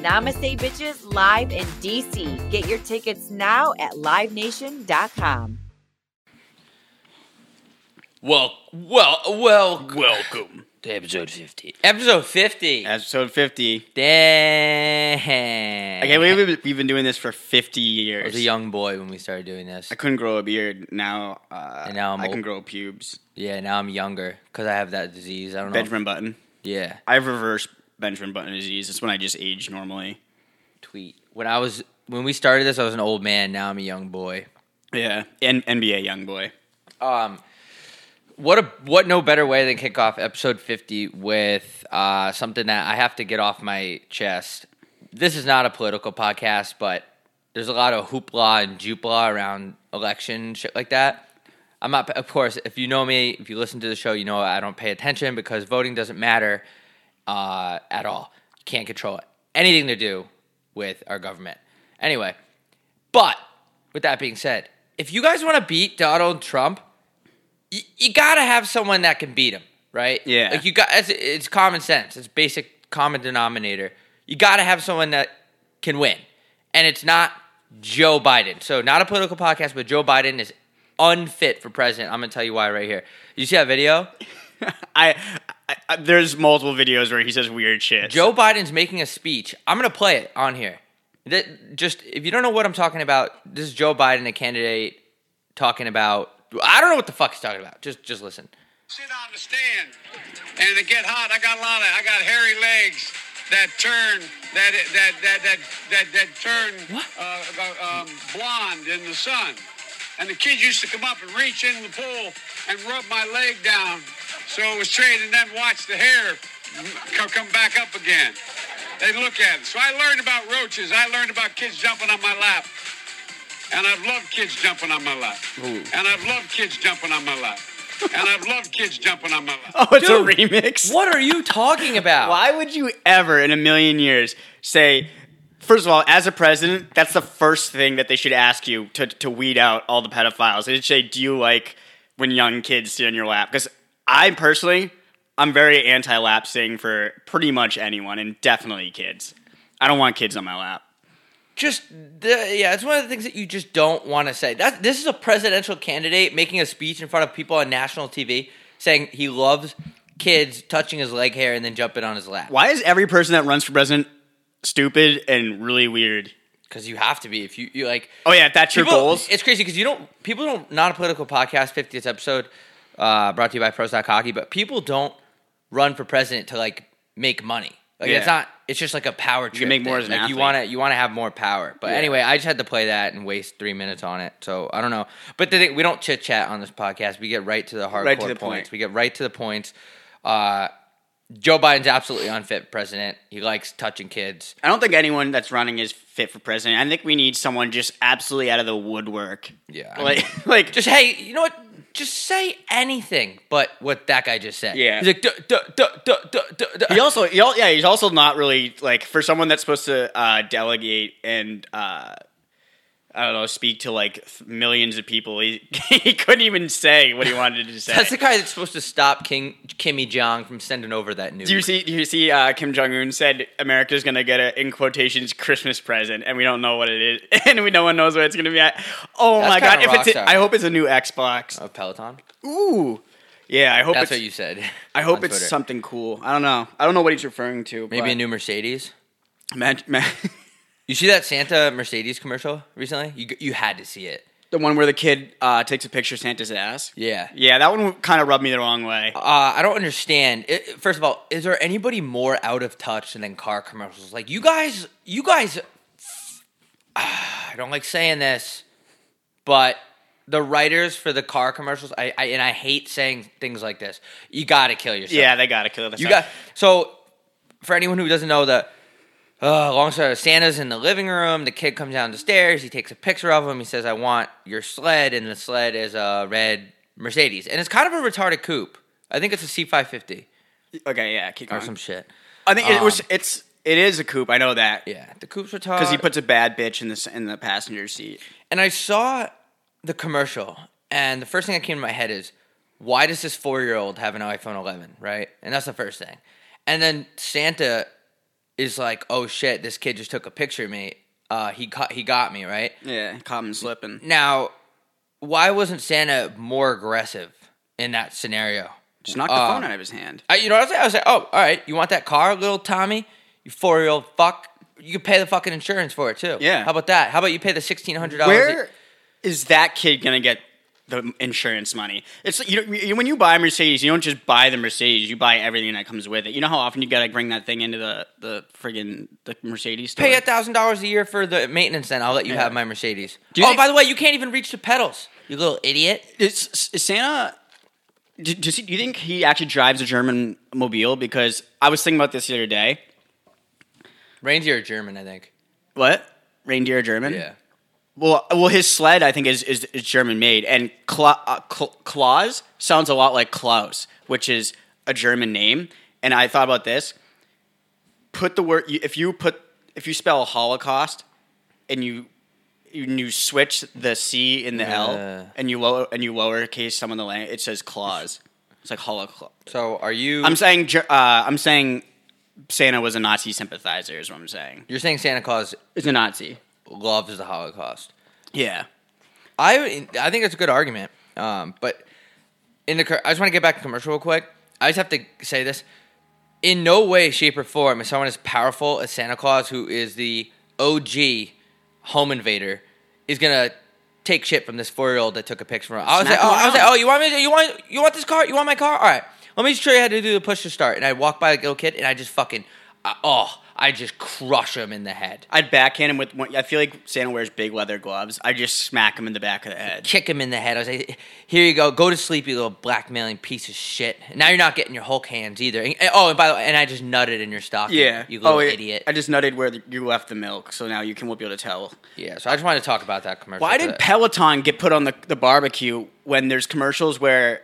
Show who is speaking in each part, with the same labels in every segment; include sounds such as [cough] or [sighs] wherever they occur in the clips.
Speaker 1: Namaste Bitches Live in DC. Get your tickets now at livenation.com.
Speaker 2: Well, well, well,
Speaker 3: Welcome.
Speaker 2: to episode Uh, 50. Episode 50.
Speaker 3: Episode 50.
Speaker 2: Damn.
Speaker 3: I can't believe we've- we've been doing this for 50
Speaker 2: I
Speaker 3: years.
Speaker 2: was a young boy when we started doing this.
Speaker 3: I couldn't grow a beard. Now, uh,
Speaker 2: And now I'm
Speaker 3: I can
Speaker 2: old.
Speaker 3: grow pubes.
Speaker 2: Yeah, now I'm younger because I have that disease. I don't know. if-
Speaker 3: Benjamin Button.
Speaker 2: Yeah,
Speaker 3: I have reverse Benjamin Button disease. It's when I just age normally.
Speaker 2: tweet. When I was when we started this, I was an old man. Now I'm a young boy.
Speaker 3: Yeah. N- NBA young boy.
Speaker 2: Um, what a what no better way than kick off episode fifty with uh, something that I have to get off my chest. This is not a political podcast, but there's a lot of hoopla and jupla around election shit like that. I'm not, of course, if you know me, if you listen to the show, you know I don't pay attention because voting doesn't matter uh, at all. Can't control it. Anything to do with our government. Anyway, but with that being said, if you guys want to beat Donald Trump, you, you gotta have someone that can beat him, right?
Speaker 3: Yeah.
Speaker 2: Like you got, it's, it's common sense. It's basic common denominator. You gotta have someone that can win, and it's not Joe Biden. So not a political podcast, but Joe Biden is unfit for president. I'm gonna tell you why right here. You see that video?
Speaker 3: I, I, I there's multiple videos where he says weird shit.
Speaker 2: Joe Biden's making a speech. I'm going to play it on here. That just if you don't know what I'm talking about, this is Joe Biden, a candidate, talking about. I don't know what the fuck he's talking about. Just just listen.
Speaker 4: sit on the stand and to get hot. I got a lot of I got hairy legs that turn that that that that that, that turn uh, uh, um, blonde in the sun. And the kids used to come up and reach in the pool and rub my leg down, so it was straight, and then watch the hair come, come back up again. They look at it. So I learned about roaches. I learned about kids jumping on my lap. And I've loved kids jumping on my lap. And I've loved kids jumping on my lap. And I've loved kids jumping on my lap.
Speaker 3: [laughs] Oh, it's
Speaker 2: Dude,
Speaker 3: a remix.
Speaker 2: What are you talking about?
Speaker 3: Why would you ever in a million years say, first of all, as a president, that's the first thing that they should ask you to, to weed out all the pedophiles? They should say, do you like when young kids sit on your lap? Because I personally, I'm very anti lapsing for pretty much anyone and definitely kids. I don't want kids on my lap.
Speaker 2: Just the, yeah, it's one of the things that you just don't want to say. That this is a presidential candidate making a speech in front of people on national TV saying he loves kids touching his leg hair and then jumping on his lap.
Speaker 3: Why is every person that runs for president stupid and really weird?
Speaker 2: Because you have to be if you you like.
Speaker 3: Oh, yeah, if that's your
Speaker 2: People-
Speaker 3: goals.
Speaker 2: It's crazy because you don't. People don't. Not a political podcast. Fiftieth episode, uh, brought to you by Pros Not Hockey. But people don't run for president to like make money. Like it's
Speaker 3: Yeah.
Speaker 2: not. It's just like a power trip.
Speaker 3: make more
Speaker 2: thing.
Speaker 3: as an
Speaker 2: like, You
Speaker 3: athlete.
Speaker 2: want to. You want to have more power. But
Speaker 3: Yeah.
Speaker 2: anyway, I just had to play that and waste three minutes on it. So I don't know. But the thing, we don't chit chat on this podcast. We get right to the hardcore
Speaker 3: Right to the point.
Speaker 2: points. We get right to the points. Uh, Joe Biden's absolutely unfit president. He likes touching kids.
Speaker 3: I don't think anyone that's running is fit for president. I think we need someone just absolutely out of the woodwork.
Speaker 2: Yeah, [laughs] I
Speaker 3: like like just
Speaker 2: just hey, you know what? Just say anything but what that guy just said.
Speaker 3: Yeah.
Speaker 2: he's like, duh, duh, duh, duh, duh, duh, duh.
Speaker 3: he also he al- yeah he's also not really like for someone that's supposed to uh, delegate and uh, I don't know speak to like th- millions of people. He [laughs] he couldn't even say what he wanted to say.
Speaker 2: [laughs] that's the guy that's supposed to stop King Kimmy Jong from sending over that news.
Speaker 3: do you see? Do you see? Uh, Kim Jong Un said America's gonna get a in quotations Christmas present, and we don't know what it is, [laughs] and we no one knows what it's gonna be. At. Oh
Speaker 2: That's
Speaker 3: my god!
Speaker 2: kinda
Speaker 3: If it's,
Speaker 2: rockstar.
Speaker 3: a, I hope it's a new Xbox.
Speaker 2: Of Peloton.
Speaker 3: Ooh, yeah. I hope
Speaker 2: That's
Speaker 3: it's,
Speaker 2: what you said.
Speaker 3: I hope
Speaker 2: on
Speaker 3: it's
Speaker 2: Twitter.
Speaker 3: something cool. I don't know. I don't know what he's referring to.
Speaker 2: Maybe
Speaker 3: but-
Speaker 2: a new Mercedes.
Speaker 3: Man- [laughs] man-
Speaker 2: You see that Santa Mercedes commercial recently? You you had to see it.
Speaker 3: the one where the kid uh, takes a picture of Santa's ass.
Speaker 2: Yeah.
Speaker 3: Yeah, that one kind of rubbed me the wrong way.
Speaker 2: Uh, I don't understand. It, first of all, is there anybody more out of touch than car commercials? Like you guys, you guys. [sighs] Ah, I don't like saying this, but the writers for the car commercials, I, I and I hate saying things like this. You got to kill yourself.
Speaker 3: yeah, they gotta kill it.
Speaker 2: you got so. For anyone who doesn't know, the Uh, long story, Santa's in the living room. The kid comes down the stairs. He takes a picture of him. He says, "I want your sled," and the sled is a red Mercedes, and it's kind of a retarded coupe. I think it's a C550
Speaker 3: Okay, yeah, keep
Speaker 2: or
Speaker 3: going.
Speaker 2: some shit.
Speaker 3: I think it was.
Speaker 2: Um,
Speaker 3: It's it is a coupe. I know that
Speaker 2: Yeah, Uh, the coupe's retarded.
Speaker 3: because he puts a bad bitch in the s- in the passenger seat.
Speaker 2: And I saw the commercial, and the first thing that came to my head is, why does this four year old have an iPhone 11, right? And that's the first thing. And then Santa is like, oh shit, this kid just took a picture of me. Uh, he caught, he got me, right?
Speaker 3: Yeah, caught him slipping.
Speaker 2: Now, why wasn't Santa more aggressive in that scenario?
Speaker 3: Just knocked the
Speaker 2: Uh,
Speaker 3: phone out of his hand.
Speaker 2: I, you know what I was like? I was like, oh, all right, you want that car, little Tommy? You four year old fuck. You can pay the fucking insurance for it too.
Speaker 3: Yeah.
Speaker 2: How about that? How about you pay the sixteen hundred dollars?
Speaker 3: Where is that kid gonna get the insurance money? It's you know you- when you buy a Mercedes, you don't just buy the Mercedes. You buy everything that comes with it. You know how often you gotta bring that thing into the the friggin' the Mercedes store.
Speaker 2: pay a thousand dollars a year for the maintenance, then I'll let you have my Mercedes.
Speaker 3: you
Speaker 2: oh,
Speaker 3: think-
Speaker 2: by the way, you can't even reach the pedals, you little idiot.
Speaker 3: Is, is Santa? Do, does he, do you think he actually drives a German mobile? Because I was thinking about this the other day.
Speaker 2: Reindeer are German, I think.
Speaker 3: What reindeer are German?
Speaker 2: Yeah.
Speaker 3: Well, well, his sled I think is is, is German made, and Kla, uh, Kl- Claus sounds a lot like Klaus, which is a German name. And I thought about this: put the word you- if you put if you spell Holocaust, and you you, you switch the C in the
Speaker 2: Yeah.
Speaker 3: L, and you lower and you lowercase some of the land, it says Claus. It's like Holocaust.
Speaker 2: So are you?
Speaker 3: I'm saying Ger- uh, I'm saying Santa was a Nazi sympathizer. Is what I'm saying.
Speaker 2: you're saying Santa Claus
Speaker 3: Is a Nazi.
Speaker 2: loves the Holocaust.
Speaker 3: Yeah.
Speaker 2: I I think that's a good argument. Um, but in the cur- I just want to get back to commercial real quick. I just have to say this: in no way, shape, or form is someone as powerful as Santa Claus, who is the OG home invader, is gonna take shit from this four-year-old that took a picture from. Him. I was
Speaker 3: not
Speaker 2: like, oh, I was like,
Speaker 3: allowed.
Speaker 2: oh, you want me? To, you want you want this car? You want my car? All right, let me show you how to do the push to start. And I walk by the little kid, and I just fucking, I- oh, I just crush him in the head,
Speaker 3: I'd backhand him with one. I feel like Santa wears big leather gloves. I just smack him in the back of the head.
Speaker 2: kick him in the head. I was like, "Here you go, go to sleep, you little blackmailing piece of shit." Now you're not getting your Hulk hands either. And, and- oh, and by the way, and I just nutted in your stocking. you little
Speaker 3: yeah. Oh,
Speaker 2: idiot.
Speaker 3: I just nutted where the, you left the milk, so now you can won't be able to tell.
Speaker 2: yeah, so I just wanted to talk about that commercial.
Speaker 3: Why
Speaker 2: for
Speaker 3: did
Speaker 2: that.
Speaker 3: Peloton get put on the, the barbecue when there's commercials where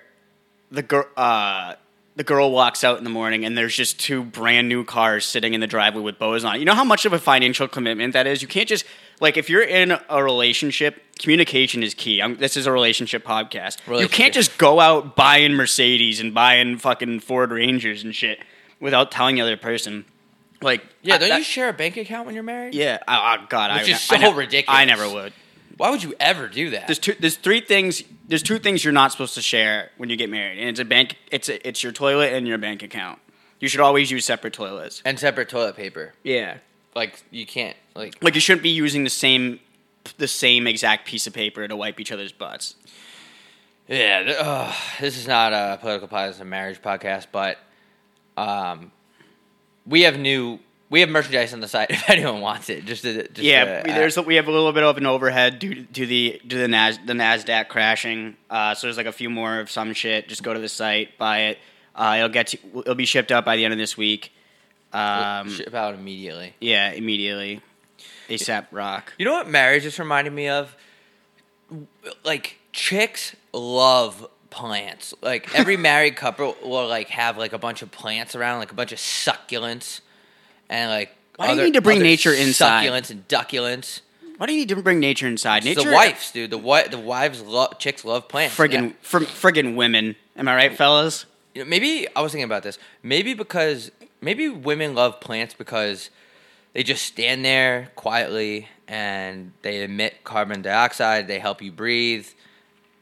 Speaker 3: the girl uh, the girl walks out in the morning and there's just two brand new cars sitting in the driveway with bows on? it? You know how much of a financial commitment that is. You can't just like if you're in a relationship, communication is key. I'm, this is a relationship podcast. You
Speaker 2: Relationship.
Speaker 3: can't just go out buying Mercedes and buying fucking Ford Rangers and shit without telling the other person. Like
Speaker 2: Yeah,
Speaker 3: I-
Speaker 2: don't
Speaker 3: that-
Speaker 2: you share a bank account when you're married?
Speaker 3: yeah, oh, oh, God,
Speaker 2: Which
Speaker 3: I,
Speaker 2: is
Speaker 3: I
Speaker 2: so
Speaker 3: ne-
Speaker 2: ridiculous.
Speaker 3: I never would
Speaker 2: Why would you ever do that?
Speaker 3: there's two there's three things there's two things you're not supposed to share when you get married and it's a bank it's a, it's your toilet and your bank account you should always use separate toilets
Speaker 2: and separate toilet paper.
Speaker 3: yeah
Speaker 2: Like you can't. Like
Speaker 3: like you shouldn't be using the same the same exact piece of paper to wipe each other's butts
Speaker 2: yeah, th- ugh, this is not a political podcast, it's a marriage podcast, but um, we have new. We have merchandise on the site [laughs] if anyone wants it. Just, to, just
Speaker 3: yeah
Speaker 2: to-
Speaker 3: we, there's we have a little bit of an overhead due to the due to the Nas, the Nasdaq crashing uh, so there's like a few more of some shit just go to the site buy it uh, it'll get to, it'll be shipped out by the end of this week um,
Speaker 2: ship out immediately.
Speaker 3: yeah immediately ASAP rock
Speaker 2: You know what marriage just reminded me of? Like chicks love plants. Like
Speaker 3: [laughs]
Speaker 2: every married couple will like have like a bunch of plants around, like a bunch of succulents, and like.
Speaker 3: Why do you need to bring
Speaker 2: other
Speaker 3: nature inside?
Speaker 2: Succulents and ducculents.
Speaker 3: Why do you need to bring nature inside?
Speaker 2: It's
Speaker 3: Nature,
Speaker 2: the wives, dude. The wi- the wives love chicks love plants.
Speaker 3: friggin'
Speaker 2: Yeah.
Speaker 3: fr- friggin' women. Am I right, fellas?
Speaker 2: You know, maybe I was thinking about this. Maybe because maybe women love plants because they just stand there quietly and they emit carbon dioxide. They help you breathe.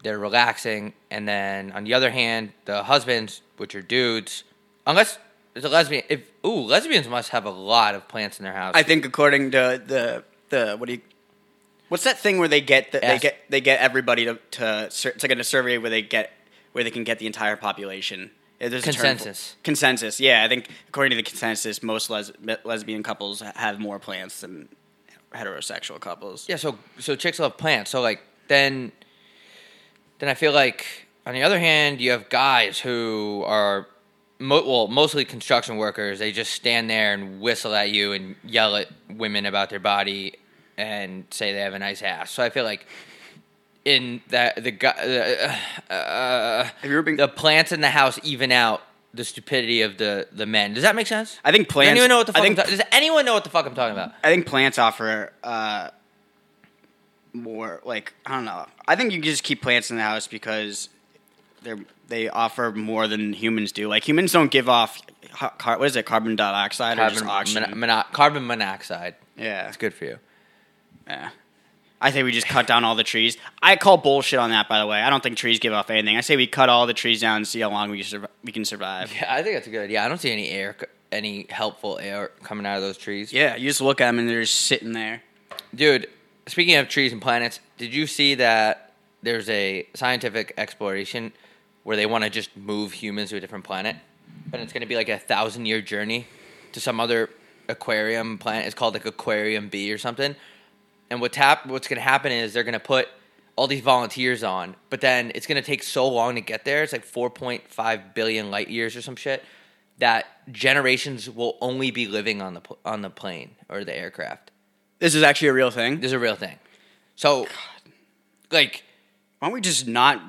Speaker 2: They're relaxing. And then on the other hand, the husbands, which are dudes, unless there's a lesbian. If ooh, lesbians must have a lot of plants in their house.
Speaker 3: I think according to the the what do you? What's that thing where they get the,
Speaker 2: Yes.
Speaker 3: they get they get everybody to to sur- it's like a survey where they get where they can get the entire population. Uh, There's a term for-
Speaker 2: Consensus.
Speaker 3: consensus. Yeah, I think according to the consensus, most les- lesbian couples have more plants than heterosexual couples.
Speaker 2: yeah. So so chicks love plants. So like then then I feel like on the other hand, you have guys who are mo- well, mostly construction workers, they just stand there and whistle at you and yell at women about their body and say they have a nice ass. So I feel like in that the gu- uh, uh,
Speaker 3: Have you ever been-
Speaker 2: the plants in the house even out the stupidity of the the men. Does that make sense?
Speaker 3: I think plants-
Speaker 2: Does anyone know what the
Speaker 3: I
Speaker 2: fuck?
Speaker 3: think-
Speaker 2: I'm ta- does anyone know what the fuck I'm talking about?
Speaker 3: I think plants offer uh, more. Like I don't know. I think you can just keep plants in the house because they're they offer more than humans do. Like humans don't give off ho- car, what is it carbon dioxide or
Speaker 2: Carbon,
Speaker 3: just oxygen.
Speaker 2: mon- mono- carbon monoxide.
Speaker 3: yeah,
Speaker 2: It's good for you.
Speaker 3: yeah. I think we just cut down all the trees. I call bullshit on that, by the way. I don't think trees give off anything. I say we cut all the trees down and see how long we, survi- we can survive.
Speaker 2: Yeah, I think that's a good idea. I don't see any air, c- any helpful air coming out of those trees.
Speaker 3: Yeah, you just look at them and they're just sitting there.
Speaker 2: Dude, speaking of trees and planets, did you see that there's a scientific exploration where they want to just move humans to a different planet? And it's going to be like a thousand year journey to some other aquarium planet. It's called like Aquarium B or something. And what's, hap- what's going to happen is they're going to put all these volunteers on, but then it's going to take so long to get there. It's like 4.5 billion light years or some shit that generations will only be living on the, pl- on the plane or the aircraft.
Speaker 3: This is actually a real thing.
Speaker 2: This is a real thing. So, like,
Speaker 3: Why don't we just not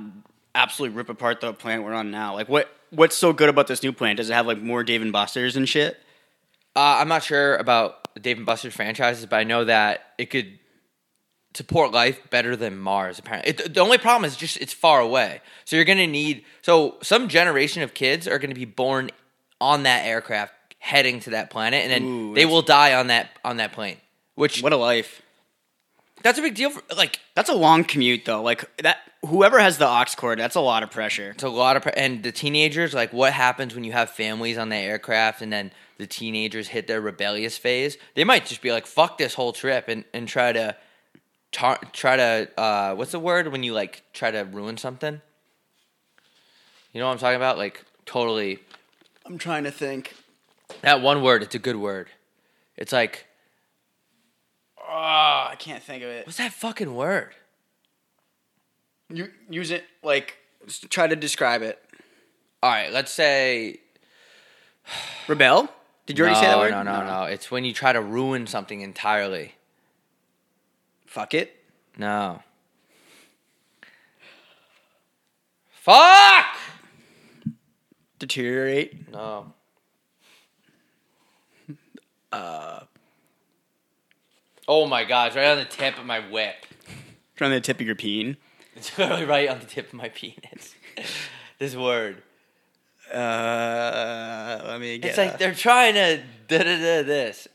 Speaker 3: absolutely rip apart the plant we're on now? Like, what what's so good about this new plant? Does it have like more Dave and Buster's and shit?
Speaker 2: uh, I'm not sure about the Dave and Buster's franchises, but I know that it could support life better than Mars. Apparently, it, the only problem is just it's far away. So you're gonna need so some generation of kids are gonna be born on that aircraft heading to that planet, and then
Speaker 3: Ooh,
Speaker 2: they
Speaker 3: that's-
Speaker 2: will die on that on that plane. Which
Speaker 3: What a life!
Speaker 2: that's a big deal. For, like,
Speaker 3: That's a long commute though. Like that, whoever has the ox cord, that's a lot of pressure.
Speaker 2: it's a lot of pre- and the teenagers like what happens when you have families on the aircraft and then the teenagers hit their rebellious phase they might just be like fuck this whole trip and, and try to tar- try to uh, what's the word when you like try to ruin something you know what i'm talking about like totally
Speaker 3: I'm trying to think.
Speaker 2: that one word it's a good word it's like
Speaker 3: Oh, I can't think of it.
Speaker 2: what's that fucking word
Speaker 3: You use it like s- try to describe it.
Speaker 2: all right let's say
Speaker 3: Rebel? Did you already say that
Speaker 2: No,
Speaker 3: word?
Speaker 2: no no no it's when you try to ruin something entirely
Speaker 3: Fuck it.
Speaker 2: No. Fuck!
Speaker 3: Deteriorate.
Speaker 2: [laughs] No. Uh. Oh my god, it's right on the tip of my whip. [laughs]
Speaker 3: Trying the tip of your peen.
Speaker 2: It's literally right on the tip of my penis. [laughs] this word.
Speaker 3: Uh, let me get.
Speaker 2: It's like they're trying to da da da this.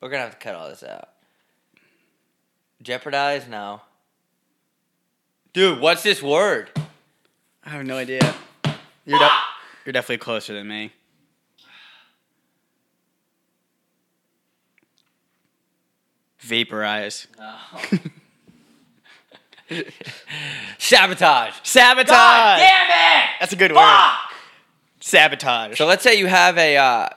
Speaker 2: We're gonna have to cut all this out. Jeopardize? No. Dude, what's this word?
Speaker 3: I have no idea. You're, de- you're definitely closer than me. Vaporize.
Speaker 2: Sabotage.
Speaker 3: Sabotage!
Speaker 2: God damn it!
Speaker 3: That's a good word. Sabotage.
Speaker 2: So let's say you have a uh,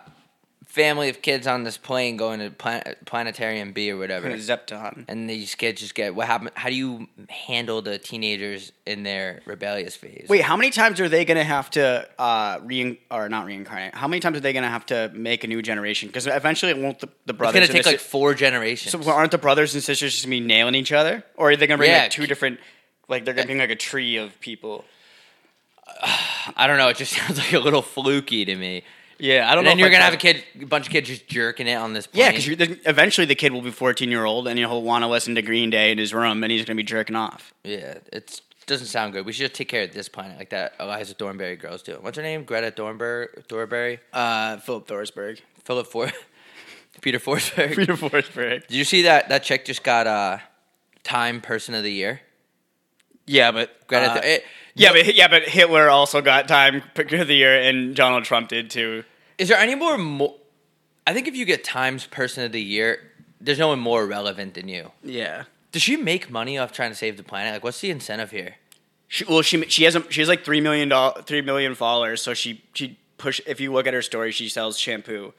Speaker 2: family of kids on this plane going to plan- planetarium B or whatever,
Speaker 3: Hmm. Zepton.
Speaker 2: and these kids just get what happened. How do you handle the teenagers in their rebellious phase?
Speaker 3: Wait, how many times are they gonna have to uh, rein or not reincarnate? How many times are they gonna have to make a new generation? Because eventually, it won't the, the
Speaker 2: it's
Speaker 3: brothers?
Speaker 2: gonna
Speaker 3: and
Speaker 2: take
Speaker 3: the
Speaker 2: like
Speaker 3: si-
Speaker 2: four generations.
Speaker 3: so aren't the brothers and sisters just gonna be nailing each other, or are they gonna bring
Speaker 2: Yeah. eh.
Speaker 3: like two different? Like they're gonna bring like a tree of people.
Speaker 2: I don't know. It just [laughs] sounds like a little fluky to me.
Speaker 3: Yeah, I
Speaker 2: And
Speaker 3: don't know.
Speaker 2: then
Speaker 3: if
Speaker 2: you're
Speaker 3: I
Speaker 2: gonna
Speaker 3: can-
Speaker 2: have a kid, a bunch of kids just jerking it on this plane.
Speaker 3: Yeah, because eventually the kid will be 14 year old and he'll want to listen to Green Day in his room and he's going to be jerking off.
Speaker 2: yeah, it doesn't sound good. We should just take care of this planet like that. Eliza Dornberry girls do. What's her name? Greta Dornberg, Dornberry,
Speaker 3: Uh, Philip Thorsberg.
Speaker 2: Philip For, [laughs] Peter Forsberg.
Speaker 3: [laughs] Peter Thorsberg.
Speaker 2: Did you see that that chick just got uh Time Person of the Year?
Speaker 3: Yeah, but
Speaker 2: Greta,
Speaker 3: uh,
Speaker 2: it-
Speaker 3: yeah, but yeah, but Hitler also got time picker of the year and Donald Trump did too.
Speaker 2: is there any more? Mo- I think if you get Times Person of the Year, there's no one more relevant than you.
Speaker 3: Yeah.
Speaker 2: Does she make money off trying to save the planet? Like, what's the incentive here?
Speaker 3: She, well, she she has a, she has like three million dollars, three million followers. So she she push. If you look at her story, she sells shampoo.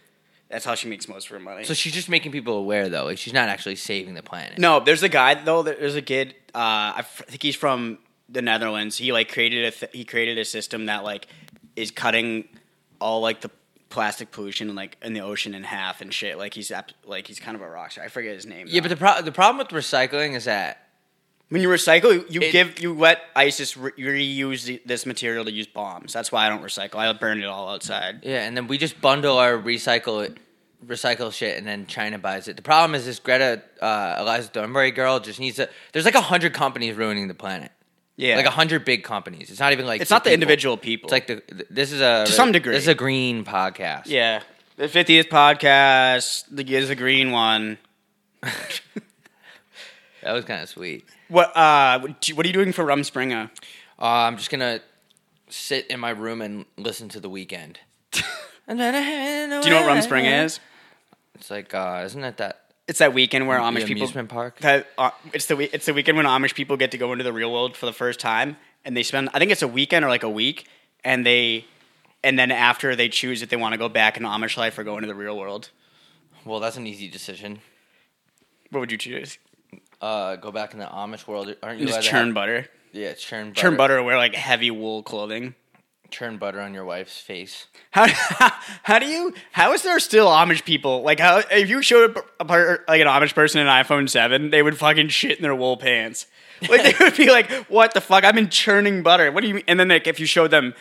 Speaker 3: That's how she makes most of her money.
Speaker 2: So she's just making people aware, though. Like, she's not actually saving the planet.
Speaker 3: No, there's a guy though. that- There's a kid. Uh, I f- think he's from the Netherlands. He like created a th- he created a system that like is cutting all like the plastic pollution and like in the ocean in half and shit. Like he's ap- like he's kind of a rock star. I forget his name.
Speaker 2: Yeah, but
Speaker 3: though.
Speaker 2: the pro- the problem with recycling is that
Speaker 3: when you recycle, you
Speaker 2: It-
Speaker 3: give you let ISIS re- reuse the- this material to use bombs. That's why I don't recycle. I burn it all outside.
Speaker 2: yeah, and then we just bundle our recycle it, recycle shit, and then China buys it. The problem is this Greta uh, Eliza Thunberg girl just needs to. There's like a hundred companies ruining the planet.
Speaker 3: Yeah,
Speaker 2: Like a hundred big companies. It's not even like
Speaker 3: It's
Speaker 2: two
Speaker 3: not the
Speaker 2: people.
Speaker 3: individual people.
Speaker 2: It's like the th- this is a
Speaker 3: To some degree.
Speaker 2: This is a green podcast.
Speaker 3: yeah, the fiftieth podcast. The is a green one.
Speaker 2: that was kind of sweet.
Speaker 3: What uh? What do- what are you doing for Rum Springer?
Speaker 2: Uh, I'm just gonna sit in my room and listen to the weekend.
Speaker 3: [laughs]
Speaker 2: Do you know
Speaker 3: Do you know what Rum Springer is?
Speaker 2: It's like uh, isn't it that
Speaker 3: It's that weekend where Amish
Speaker 2: the
Speaker 3: people
Speaker 2: amusement park?
Speaker 3: that uh, it's the we- it's the weekend when Amish people get to go into the real world for the first time, and they spend I think it's a weekend or like a week, and they and then after they choose if they want to go back into Amish life or go into the real world.
Speaker 2: Well, that's an easy decision.
Speaker 3: What would you choose?
Speaker 2: Uh, go back in the Amish world. Aren't you allowed
Speaker 3: Just
Speaker 2: to
Speaker 3: churn
Speaker 2: have-
Speaker 3: butter.
Speaker 2: yeah, churn butter.
Speaker 3: Churn butter or wear like heavy wool clothing.
Speaker 2: Churn butter on your wife's face.
Speaker 3: How, [laughs] how do you how is there still Amish people like how if you showed a, a part, like an Amish person an iPhone seven they would fucking shit in their wool pants like they would be like what the fuck I've been churning butter what do you mean? and then like if you showed them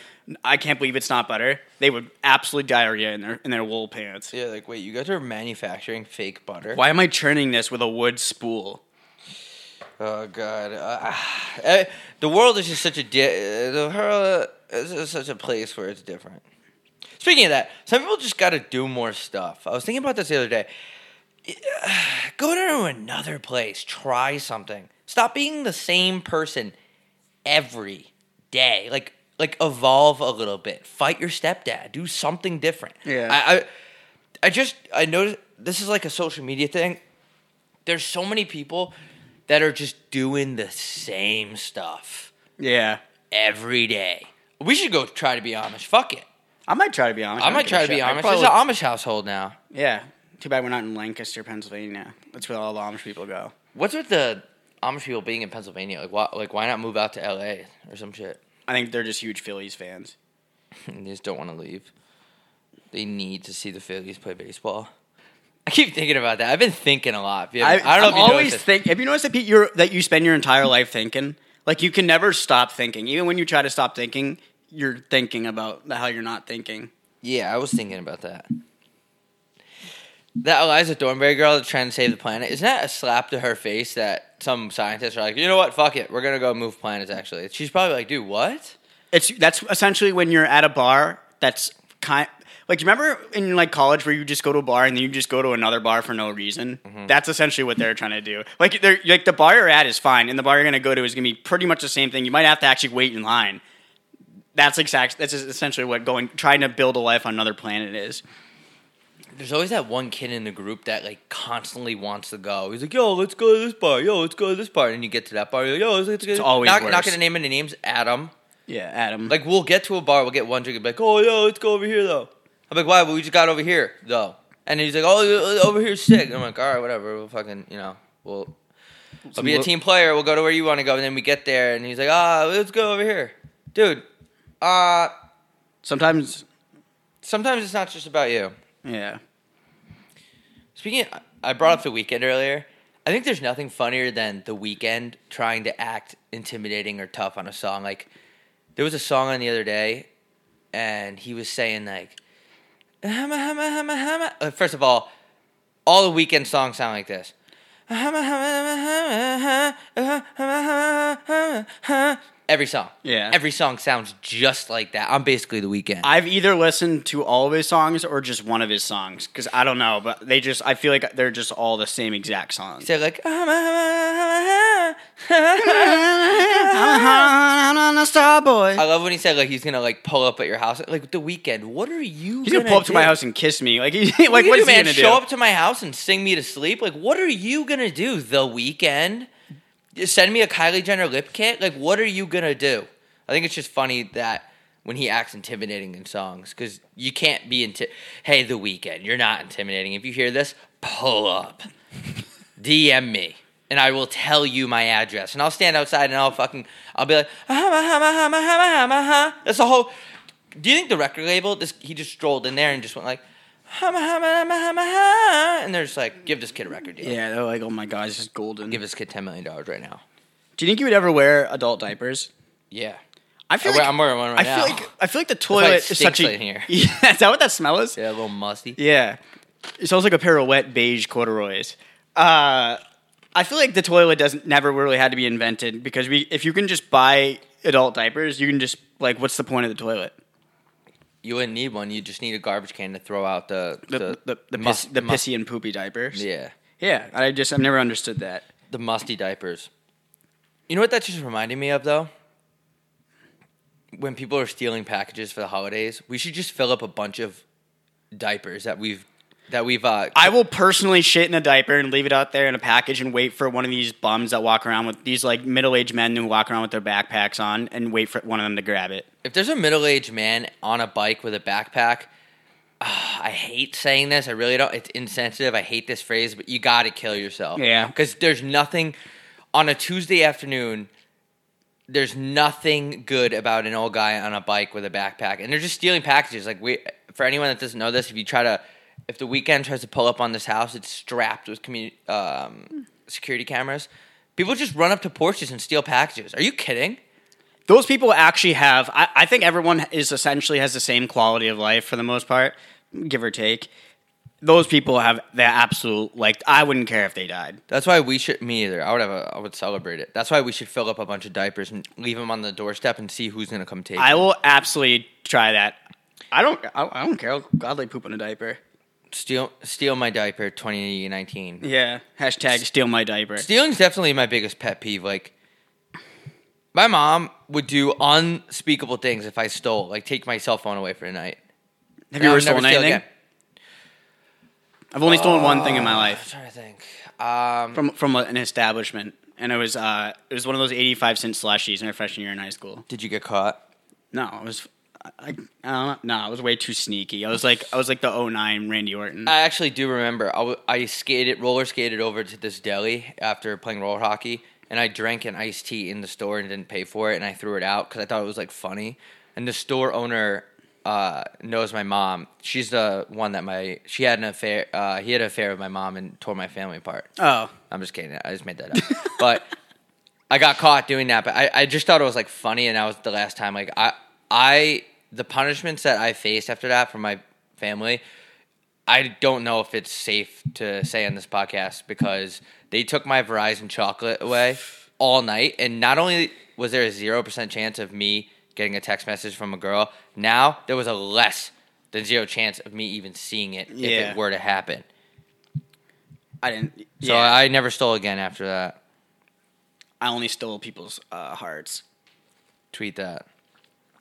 Speaker 3: I can't believe it's not butter they would absolutely diarrhea in their in their wool pants
Speaker 2: Yeah, like wait, you guys are manufacturing fake butter.
Speaker 3: why am I churning this with a wood spool
Speaker 2: Oh God, uh, [sighs] eh, the world is just such a di- uh, the world is just such a place where it's different. Speaking of that, some people just got to do more stuff. I was thinking about this the other day. [sighs] Go to another place, try something. Stop being the same person every day. Like, like evolve a little bit. Fight your stepdad. Do something different.
Speaker 3: Yeah.
Speaker 2: I, I, I just I noticed this is like a social media thing there's so many people that are just doing the same stuff
Speaker 3: yeah
Speaker 2: every day. We should go try to be Amish. Fuck it.
Speaker 3: I might try to be Amish
Speaker 2: I,
Speaker 3: don't
Speaker 2: might
Speaker 3: give a
Speaker 2: try to be
Speaker 3: shit. I
Speaker 2: Amish. There's
Speaker 3: probably-
Speaker 2: an Amish household now.
Speaker 3: yeah too bad we're not in Lancaster Pennsylvania that's where all the Amish people go
Speaker 2: What's with the Amish people being in Pennsylvania? Like, why, like, why not move out to LA or some shit? [laughs]
Speaker 3: I think they're just huge Phillies fans.
Speaker 2: They just don't want to leave. They need to see the Phillies play baseball. I keep thinking about that. I've been thinking a lot. If you
Speaker 3: I,
Speaker 2: haven't- I don't know
Speaker 3: am
Speaker 2: if you noticed
Speaker 3: always
Speaker 2: this.
Speaker 3: think. Have you noticed that Pete, you're, that you spend your entire life thinking? Like you can never stop thinking. Even when you try to stop thinking, you're thinking about the- how you're not thinking.
Speaker 2: Yeah, I was thinking about that. That Eliza Thornberry girl that's trying to save the planet, isn't that a slap to her face that some scientists are like, you know what, fuck it, we're gonna go move planets actually. She's probably like, dude, what?
Speaker 3: It's that's essentially when you're at a bar. That's kind. Like you remember in like college where you just go to a bar and then you just go to another bar for no reason.
Speaker 2: Mm-hmm.
Speaker 3: That's essentially what they're trying to do. Like they're like the bar you're at is fine, and the bar you're gonna go to is gonna be pretty much the same thing. You might have to actually wait in line. That's exact. That's essentially what going trying to build a life on another planet is.
Speaker 2: There's always that one kid in the group that like constantly wants to go. He's like, yo, let's go to this bar, yo, let's go to this bar. And you get to that bar, you're like, yo, let's, let's go.
Speaker 3: It's always
Speaker 2: not, not
Speaker 3: worse.
Speaker 2: gonna name any names, Adam.
Speaker 3: Yeah, Adam.
Speaker 2: Like we'll get to a bar, we'll get one drink, and be like, oh yo, let's go over here though. I'm like, why? Well, we just got over here though. And he's like, oh, over here's sick. And I'm like, all right, whatever. We'll fucking, you know, we'll, we'll be a
Speaker 3: lo-
Speaker 2: team player. We'll go to where you want to go. And then we get there, and he's like, ah, let's go over here, dude. Uh,
Speaker 3: Sometimes,
Speaker 2: sometimes it's not just about you.
Speaker 3: yeah.
Speaker 2: Speaking, I brought up the weekend earlier. I think there's nothing funnier than the weekend trying to act intimidating or tough on a song. Like there was a song on the other day, and he was saying like, "Hama hama hama hama." Uh, First of all, all the weekend songs sound like this. "Hama, hama, hama, hama, hama, hama, hama." Every song,
Speaker 3: Yeah.
Speaker 2: every song sounds just like that. I'm basically the weekend.
Speaker 3: I've either listened to all of his songs or just one of his songs because I don't know, but they just, I feel like they're just all the same exact songs.
Speaker 2: They're like, "Hama, hama, hama, [laughs] hama, hama."
Speaker 3: [laughs] I'm on a star boy.
Speaker 2: I love when he said like he's gonna like pull up at your house like the weekend. What are you?
Speaker 3: He's gonna pull up to my
Speaker 2: do?
Speaker 3: house and kiss me. Like, [laughs] he,
Speaker 2: What
Speaker 3: like
Speaker 2: are you gonna
Speaker 3: what is
Speaker 2: do,
Speaker 3: he
Speaker 2: man?
Speaker 3: gonna do?
Speaker 2: Show up to my house and sing me to sleep. Like what are you gonna do the weekend? Send me a Kylie Jenner lip kit. Like what are you gonna do? I think it's just funny that when he acts intimidating in songs because you can't be inti- Hey, the weekend, you're not intimidating. If you hear this, pull up, DM me. And I will tell you my address, and I'll stand outside, and I'll fucking, I'll be like, "Ah, ah, ah, ah, ah, ah, ah, ah." that's the whole Do you think the record label? This he just strolled in there and just went like, hama hama hama hama ha, and they're just like, give this kid a record deal.
Speaker 3: Yeah, they're like, oh my god, it's just golden.
Speaker 2: Give this kid ten million dollars right now.
Speaker 3: Do you think you would ever wear adult diapers?
Speaker 2: Yeah.
Speaker 3: I feel
Speaker 2: I wear- I'm wearing one right
Speaker 3: I feel
Speaker 2: now.
Speaker 3: like I feel like the
Speaker 2: why it
Speaker 3: toilet is
Speaker 2: stinks
Speaker 3: such a
Speaker 2: in here.
Speaker 3: [laughs] Yeah, is that what that smell is?
Speaker 2: Yeah, a little musty.
Speaker 3: Yeah. It smells like a pair of wet beige corduroys. Uh, I feel like the toilet doesn't never really had to be invented because we if you can just buy adult diapers, you can just like what's the point of the toilet?
Speaker 2: You wouldn't need one. You just need a garbage can to throw out the
Speaker 3: The the, the,
Speaker 2: mus-
Speaker 3: piss, the
Speaker 2: mus-
Speaker 3: pissy and poopy diapers.
Speaker 2: Yeah,
Speaker 3: Yeah. I just I've never understood that.
Speaker 2: the musty diapers. You know what that just reminded me of though? When people are stealing packages for the holidays, we should just fill up a bunch of diapers that we've that we've uh
Speaker 3: I will personally shit in a diaper and leave it out there in a package and wait for one of these bums that walk around with these like middle aged men who walk around with their backpacks on and wait for one of them to grab it.
Speaker 2: if there's a middle-aged man on a bike with a backpack ah, I hate saying this. I really don't. It's insensitive. I hate this phrase, but you got to kill yourself.
Speaker 3: Yeah.
Speaker 2: Because there's nothing on a Tuesday afternoon. There's nothing good about an old guy on a bike with a backpack, and they're just stealing packages. Like we, for anyone that doesn't know this, if you try to, if the weekend tries to pull up on this house, it's strapped with commu- um, security cameras. People just run up to porches and steal packages. Are you kidding?
Speaker 3: those people actually have I, I think everyone is essentially has the same quality of life for the most part give or take those people have the absolute like i wouldn't care if they died
Speaker 2: That's why we should. Me either. I would have. A, I would celebrate it. That's why we should fill up a bunch of diapers and leave them on the doorstep and see who's gonna come take.
Speaker 3: i
Speaker 2: it.
Speaker 3: will absolutely try that i don't i, I don't care I'll gladly poop in a diaper
Speaker 2: steal steal my diaper 2019.
Speaker 3: yeah hashtag steal my diaper
Speaker 2: Stealing's definitely my biggest pet peeve. Like, my mom would do unspeakable things if I stole. Like, take my cell phone away for the night.
Speaker 3: have
Speaker 2: And I
Speaker 3: you ever
Speaker 2: would never
Speaker 3: stolen
Speaker 2: steal
Speaker 3: anything
Speaker 2: again.
Speaker 3: i've only stolen one thing in my life
Speaker 2: I'm trying to think. Um,
Speaker 3: from from an establishment and it was uh it was one of those 85 cent slushies in my freshman year in high school
Speaker 2: did you get caught?
Speaker 3: No, I was. I, I don't know. No, I was way too sneaky. I was like, I was like the 09 Randy Orton.
Speaker 2: I actually do remember. I, w- I skated, roller skated over to this deli after playing roller hockey, and I drank an iced tea in the store and didn't pay for it, and I threw it out because I thought it was like funny. And the store owner uh, knows my mom. She's the one that my she had an affair. Uh, he had an affair with my mom and tore my family apart.
Speaker 3: oh,
Speaker 2: I'm just kidding. I just made that up. [laughs] but I got caught doing that. But I, I just thought it was like funny, and that was the last time. Like I, I, the punishments that I faced after that from my family, I don't know if it's safe to say on this podcast because they took my Verizon chocolate away all night, and not only was there a zero percent chance of me getting a text message from a girl, now there was a less than zero chance of me even seeing it if
Speaker 3: Yeah.
Speaker 2: it were to happen.
Speaker 3: I didn't.
Speaker 2: So
Speaker 3: yeah,
Speaker 2: I never stole again after that.
Speaker 3: I only stole people's uh, hearts.
Speaker 2: tweet that.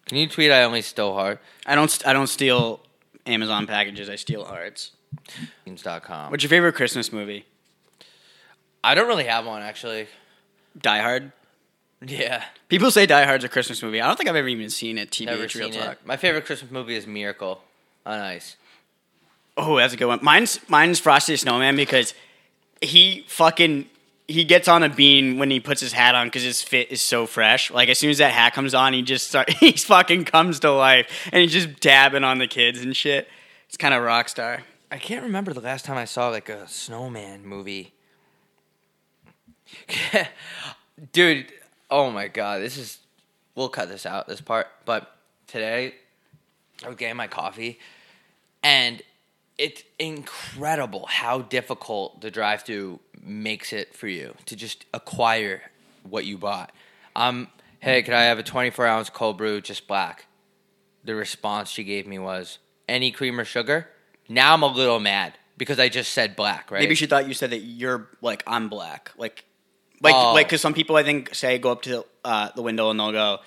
Speaker 2: Can you tweet I only stole heart?
Speaker 3: I don't. st- I don't steal Amazon packages. I steal hearts.
Speaker 2: Teams.com.
Speaker 3: What's your favorite Christmas movie?
Speaker 2: I don't really have one actually.
Speaker 3: Die Hard.
Speaker 2: Yeah.
Speaker 3: People say Die Hard's a Christmas movie. I don't think I've ever even seen it. TBH,
Speaker 2: Never
Speaker 3: real
Speaker 2: seen
Speaker 3: talk.
Speaker 2: it. My favorite Christmas movie is Miracle on Ice.
Speaker 3: Oh, that's a good one. Mine's mine's Frosty the Snowman because he fucking he gets on a bean when he puts his hat on because his fit is so fresh. Like as soon as that hat comes on, he just start [laughs] he fucking comes to life and he's just dabbing on the kids and shit. It's kind of rock star.
Speaker 2: I can't remember the last time I saw like a snowman movie. Dude, oh my god, this is we'll cut this out this part, but today I was getting my coffee and it's incredible how difficult the drive through makes it for you to just acquire what you bought. Um, hey, could I have a 24 ounce cold brew just black? the response she gave me was any cream or sugar. Now I'm a little mad because I just said black, right?
Speaker 3: Maybe she thought you said that you're like I'm black, like like
Speaker 2: Oh.
Speaker 3: like because some people I think say go up to uh, the window and they'll go,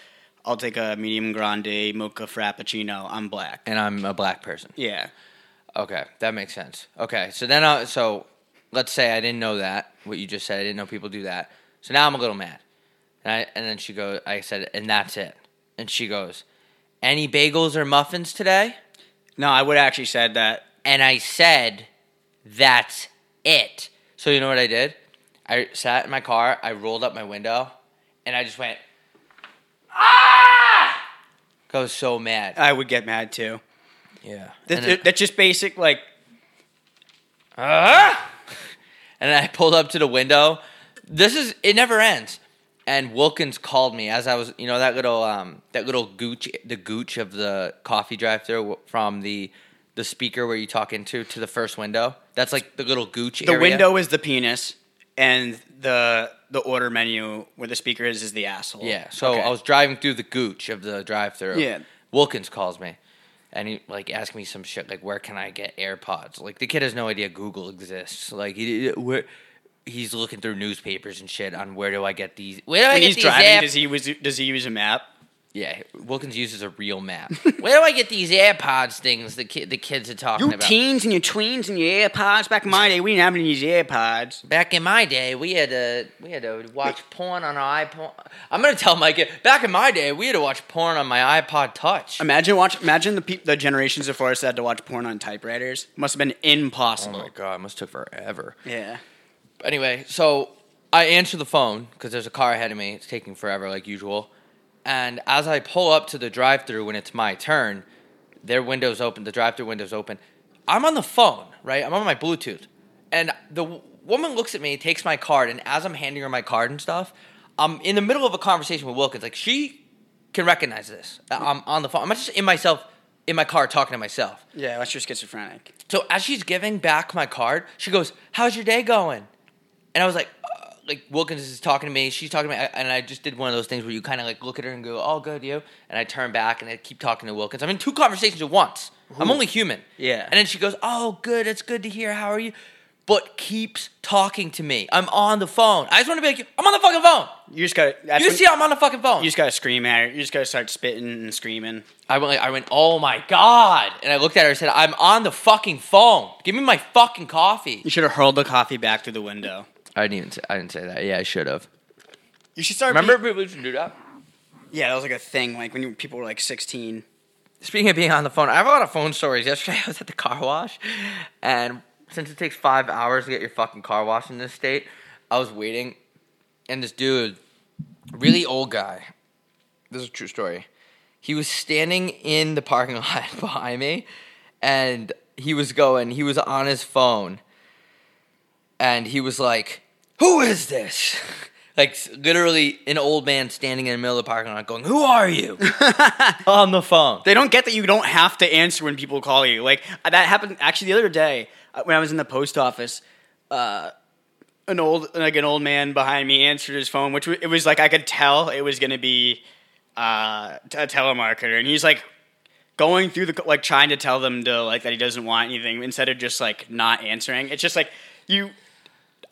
Speaker 3: "I'll take a medium grande mocha frappuccino. I'm black."
Speaker 2: and I'm a black person.
Speaker 3: Yeah,
Speaker 2: Okay, that makes sense. Okay, so then I, so let's say I didn't know that what you just said. I didn't know people do that. So now I'm a little mad. And I and then she goes. I said, and that's it. And she goes, any bagels or muffins today?
Speaker 3: no, I would actually said that.
Speaker 2: and I said, "That's it." So you know what I did? I sat in my car, I rolled up my window, and I just went, "Ah!" I was so mad.
Speaker 3: I would get mad too.
Speaker 2: yeah.
Speaker 3: That's,
Speaker 2: and, then,
Speaker 3: that's just basic, like,
Speaker 2: and then I pulled up to the window. This is it never ends. And Wilkins called me as I was, you know, that little um that little gooch the gooch of the coffee drive-through from the the speaker where you talk into to the first window. That's like the little gooch
Speaker 3: the
Speaker 2: area.
Speaker 3: window is the penis, and the the order menu where the speaker is is the asshole.
Speaker 2: Yeah. So
Speaker 3: Okay.
Speaker 2: I was driving through the gooch of the drive through.
Speaker 3: Yeah.
Speaker 2: Wilkins calls me and he like asked me some shit like where can I get AirPods? Like the kid has no idea Google exists. Like he where he's looking through newspapers and shit on where do I get these where do I
Speaker 3: When
Speaker 2: get
Speaker 3: he's
Speaker 2: these
Speaker 3: driving,
Speaker 2: air-
Speaker 3: does he was does he use a map?
Speaker 2: Yeah, Wilkins uses a real map. [laughs] where do I get these AirPods things the kid the kids are talking about?
Speaker 3: teens and your tweens and your AirPods. Back in my day, we didn't have any of these AirPods.
Speaker 2: Back in my day, we had to we had to watch porn on our iPod. I'm gonna tell my kid. Back in my day, we had to watch porn on my iPod Touch.
Speaker 3: Imagine watch. Imagine the peop the generations before us that had to watch porn on typewriters. Must have been
Speaker 2: Oh
Speaker 3: impossible.
Speaker 2: my god, it must took forever.
Speaker 3: yeah.
Speaker 2: Anyway, so I answer the phone because there's a car ahead of me. It's taking forever, like usual. And as I pull up to the drive-through when it's my turn, their windows open. The drive-through windows open. I'm on the phone, right? I'm on my Bluetooth, and the w- woman looks at me, takes my card, and as I'm handing her my card and stuff, I'm in the middle of a conversation with Wilkins. Like she can recognize this. I- I'm on the phone. I'm not just in myself in my car talking to myself.
Speaker 3: Yeah, that's just schizophrenic.
Speaker 2: So as she's giving back my card, she goes, "How's your day going?" And I was like, uh, "Like Wilkins is talking to me, she's talking to me," and I just did one of those things where you kind of like look at her and go, "Oh, good, you." And I turn back and I keep talking to Wilkins. I'm in two conversations at once. I'm only human.
Speaker 3: Yeah.
Speaker 2: And then she goes, "Oh, good. It's good to hear. How are you?" But keeps talking to me. I'm on the phone. I just want to be like, "I'm on the fucking phone."
Speaker 3: You just gotta. That's
Speaker 2: you
Speaker 3: when-
Speaker 2: see, I'm on the fucking phone.
Speaker 3: you just gotta scream at her. You just gotta start spitting and screaming.
Speaker 2: I went, like, I went, "Oh my god!" And I looked at her and said, "I'm on the fucking phone. Give me my fucking coffee."
Speaker 3: You should have hurled the coffee back through the window.
Speaker 2: I didn't even. Say, I didn't say that. Yeah, I should have.
Speaker 3: You should start.
Speaker 2: Remember people used to do that.
Speaker 3: yeah, that was like a thing. Like when you, people were like sixteen.
Speaker 2: Speaking of being on the phone, I have a lot of phone stories. Yesterday, I was at the car wash, and since it takes five hours to get your fucking car washed in this state, I was waiting, and this dude, really old guy, this is a true story. He was standing in the parking [laughs] lot behind me, and he was going. He was on his phone, and he was like, "Who is this?" [laughs] Like s- literally, an old man standing in the middle of the parking lot, going, "Who are you?" on the phone.
Speaker 3: They don't get that you don't have to answer when people call you. Like uh, that happened actually the other day uh, when I was in the post office. Uh, an old like an old man behind me answered his phone, which w- it was like I could tell it was gonna be uh, t- a telemarketer, and he's like going through the co- like trying to tell them to like that he doesn't want anything instead of just like not answering. It's just like you.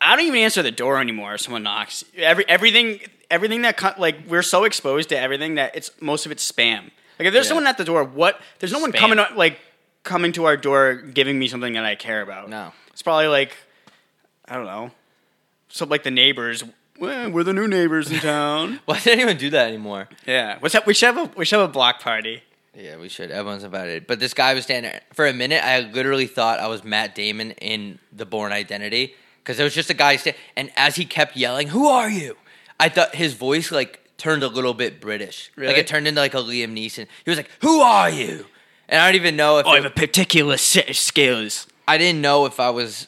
Speaker 3: I don't even answer the door anymore if someone knocks. Every everything everything that co- like we're so exposed to everything that it's most of it's spam. Like if there's
Speaker 2: Yeah.
Speaker 3: someone at the door, what there's no one
Speaker 2: Spam.
Speaker 3: coming o- like coming to our door giving me something that I care about.
Speaker 2: No.
Speaker 3: It's probably like I don't know. So like the neighbors, "Well, we're the new neighbors in town.
Speaker 2: [laughs] Why did anyone do that anymore?
Speaker 3: [laughs] yeah, what's up? We should have a we should have a block party.
Speaker 2: Yeah, we should. Everyone's invited. But this guy was standing there. For a minute, I literally thought I was Matt Damon in The Born Identity because there was just a guy standing. And as he kept yelling, Who are you? I thought his voice like turned a little bit British.
Speaker 3: Really?
Speaker 2: Like it turned into like a Liam Neeson. He was like, Who are you? And I don't even
Speaker 3: Oh,
Speaker 2: know if it-
Speaker 3: particular set of [laughs] skills.
Speaker 2: I didn't know if I was.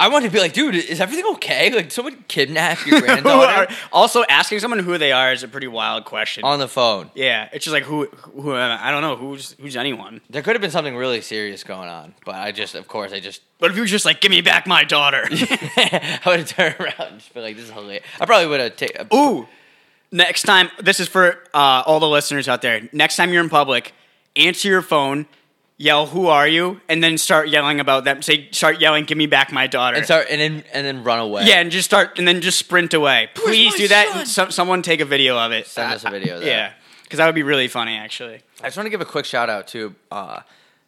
Speaker 2: I wanted to be like, dude, is everything okay? Like, someone kidnapped your granddaughter
Speaker 3: also, asking someone who they are is a pretty wild question.
Speaker 2: on the phone.
Speaker 3: yeah, it's just like who who am I? I don't know who's who's anyone.
Speaker 2: There could have been something really serious going on, but I just, of course, I just
Speaker 3: But if you was just like, give me back my [laughs] daughter.
Speaker 2: [laughs] I would have turned around and just been like, "This is hilarious." I probably would have taken.
Speaker 3: Ooh, next time. This is for uh, all the listeners out there. Next time you're in public, answer your phone, yell "Who are you?" and then start yelling about them. Say, start yelling, "Give me back my daughter."
Speaker 2: and start and then and then run away.
Speaker 3: yeah, and just start, and then just sprint away. Please
Speaker 2: my
Speaker 3: do that.
Speaker 2: son?
Speaker 3: and Some, someone take a video of it. Uh,
Speaker 2: Send us a video of that.
Speaker 3: Yeah, because that would be really funny, actually.
Speaker 2: I just want to give a quick shout out to uh, I